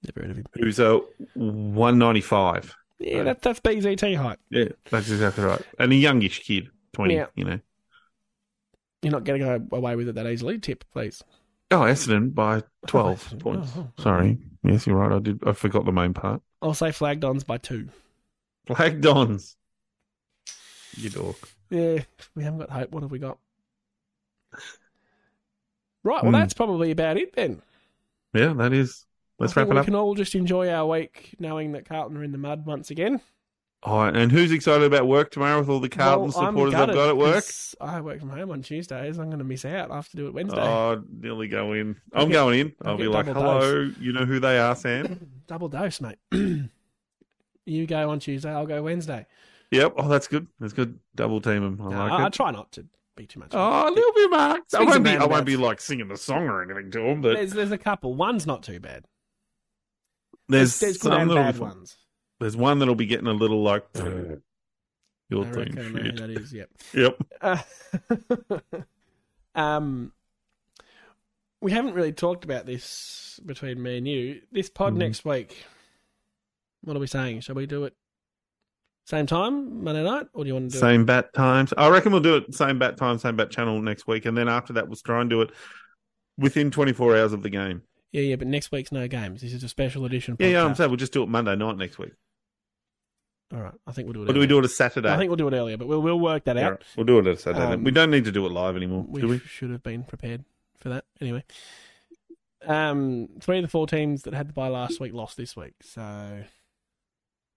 never heard of him.
who's a one ninety five.
Yeah,
Right.
that, that's BZT hype.
Yeah, that's exactly right, and a youngish kid, twenty.
Yeah.
You know.
You're not going to go away with it that easily. Tip, please.
Oh, Essendon by twelve
Oh,
points.
oh, oh.
Sorry. Yes, you're right. I did. I forgot the main part.
I'll say flagged ons by two.
Black Dons. You dork.
Yeah, we haven't got hope. What have we got? Right, well,
Hmm.
that's probably about it then.
Yeah, that is. Let's
I
wrap
think
it
we
up.
can all just enjoy our week knowing that Carlton are in the mud once again.
Oh, and who's excited about work tomorrow with all the Carlton
Well, I'm
supporters I've
gutted
got at work?
'cause I work from home on Tuesdays. I'm going to miss out. I have to do it Wednesday.
Oh, nearly go in.
I'll
I'm
get-
going in.
I'll
I'll be
get
like,
double
hello, you know who they are, Sam?
Double dose, mate. you go on Tuesday, I'll go Wednesday.
yep. Oh, that's good. That's good. Double team them.
No,
I like
I, I
it.
try not to be too much. of a
oh, a little bit, Mark. I
Swings
won't
and
be. I won't
roundabouts.
be like singing the song or anything to them, but
There's there's a couple. One's not too bad.
there's,
There's good
some
and
that'll be
bad
fun.
ones.
There's one that'll be getting a little like. You're
I
doing
reckon I know who
shit.
that is. Yep.
Yep.
Uh, um, we haven't really talked about this between me and you. This pod
Mhm.
next week. What are we saying? Shall we do it same time Monday night, or do you want to do
Same bat times. I reckon we'll do it same bat time, same bat channel next week, and then after that, we'll try and do it within 24 hours of the game.
it? Yeah, yeah. But next week's no games. This is a special edition.
Yeah, yeah. I'm
podcast.
saying we'll just do it Monday night next week,
All right. I think we'll do it.
or do we
earlier.
do it a Saturday?
I think we'll do it earlier, but we'll we'll work that
Yeah,
out.
We'll do it a Saturday.
Um,
we don't need to do it live anymore,
we,
do we?
should have been prepared for that anyway. Um, three of the four teams that had the bye last week lost this week, so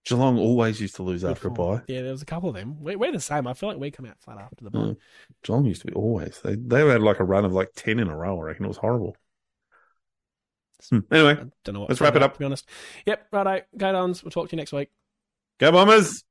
Geelong always used to lose after a bye.
Yeah, there was a couple of them. We, we're the same. I feel like we come out flat after the bye.
Mm. Geelong used to be always. They they had like a run of like ten in a row. I reckon it was horrible. Hmm. Anyway,
I don't know what.
Let's
to talk
wrap it
about,
up.
To be honest. Yep. Righto. Go Dons. We'll talk to you next week.
go Bombers.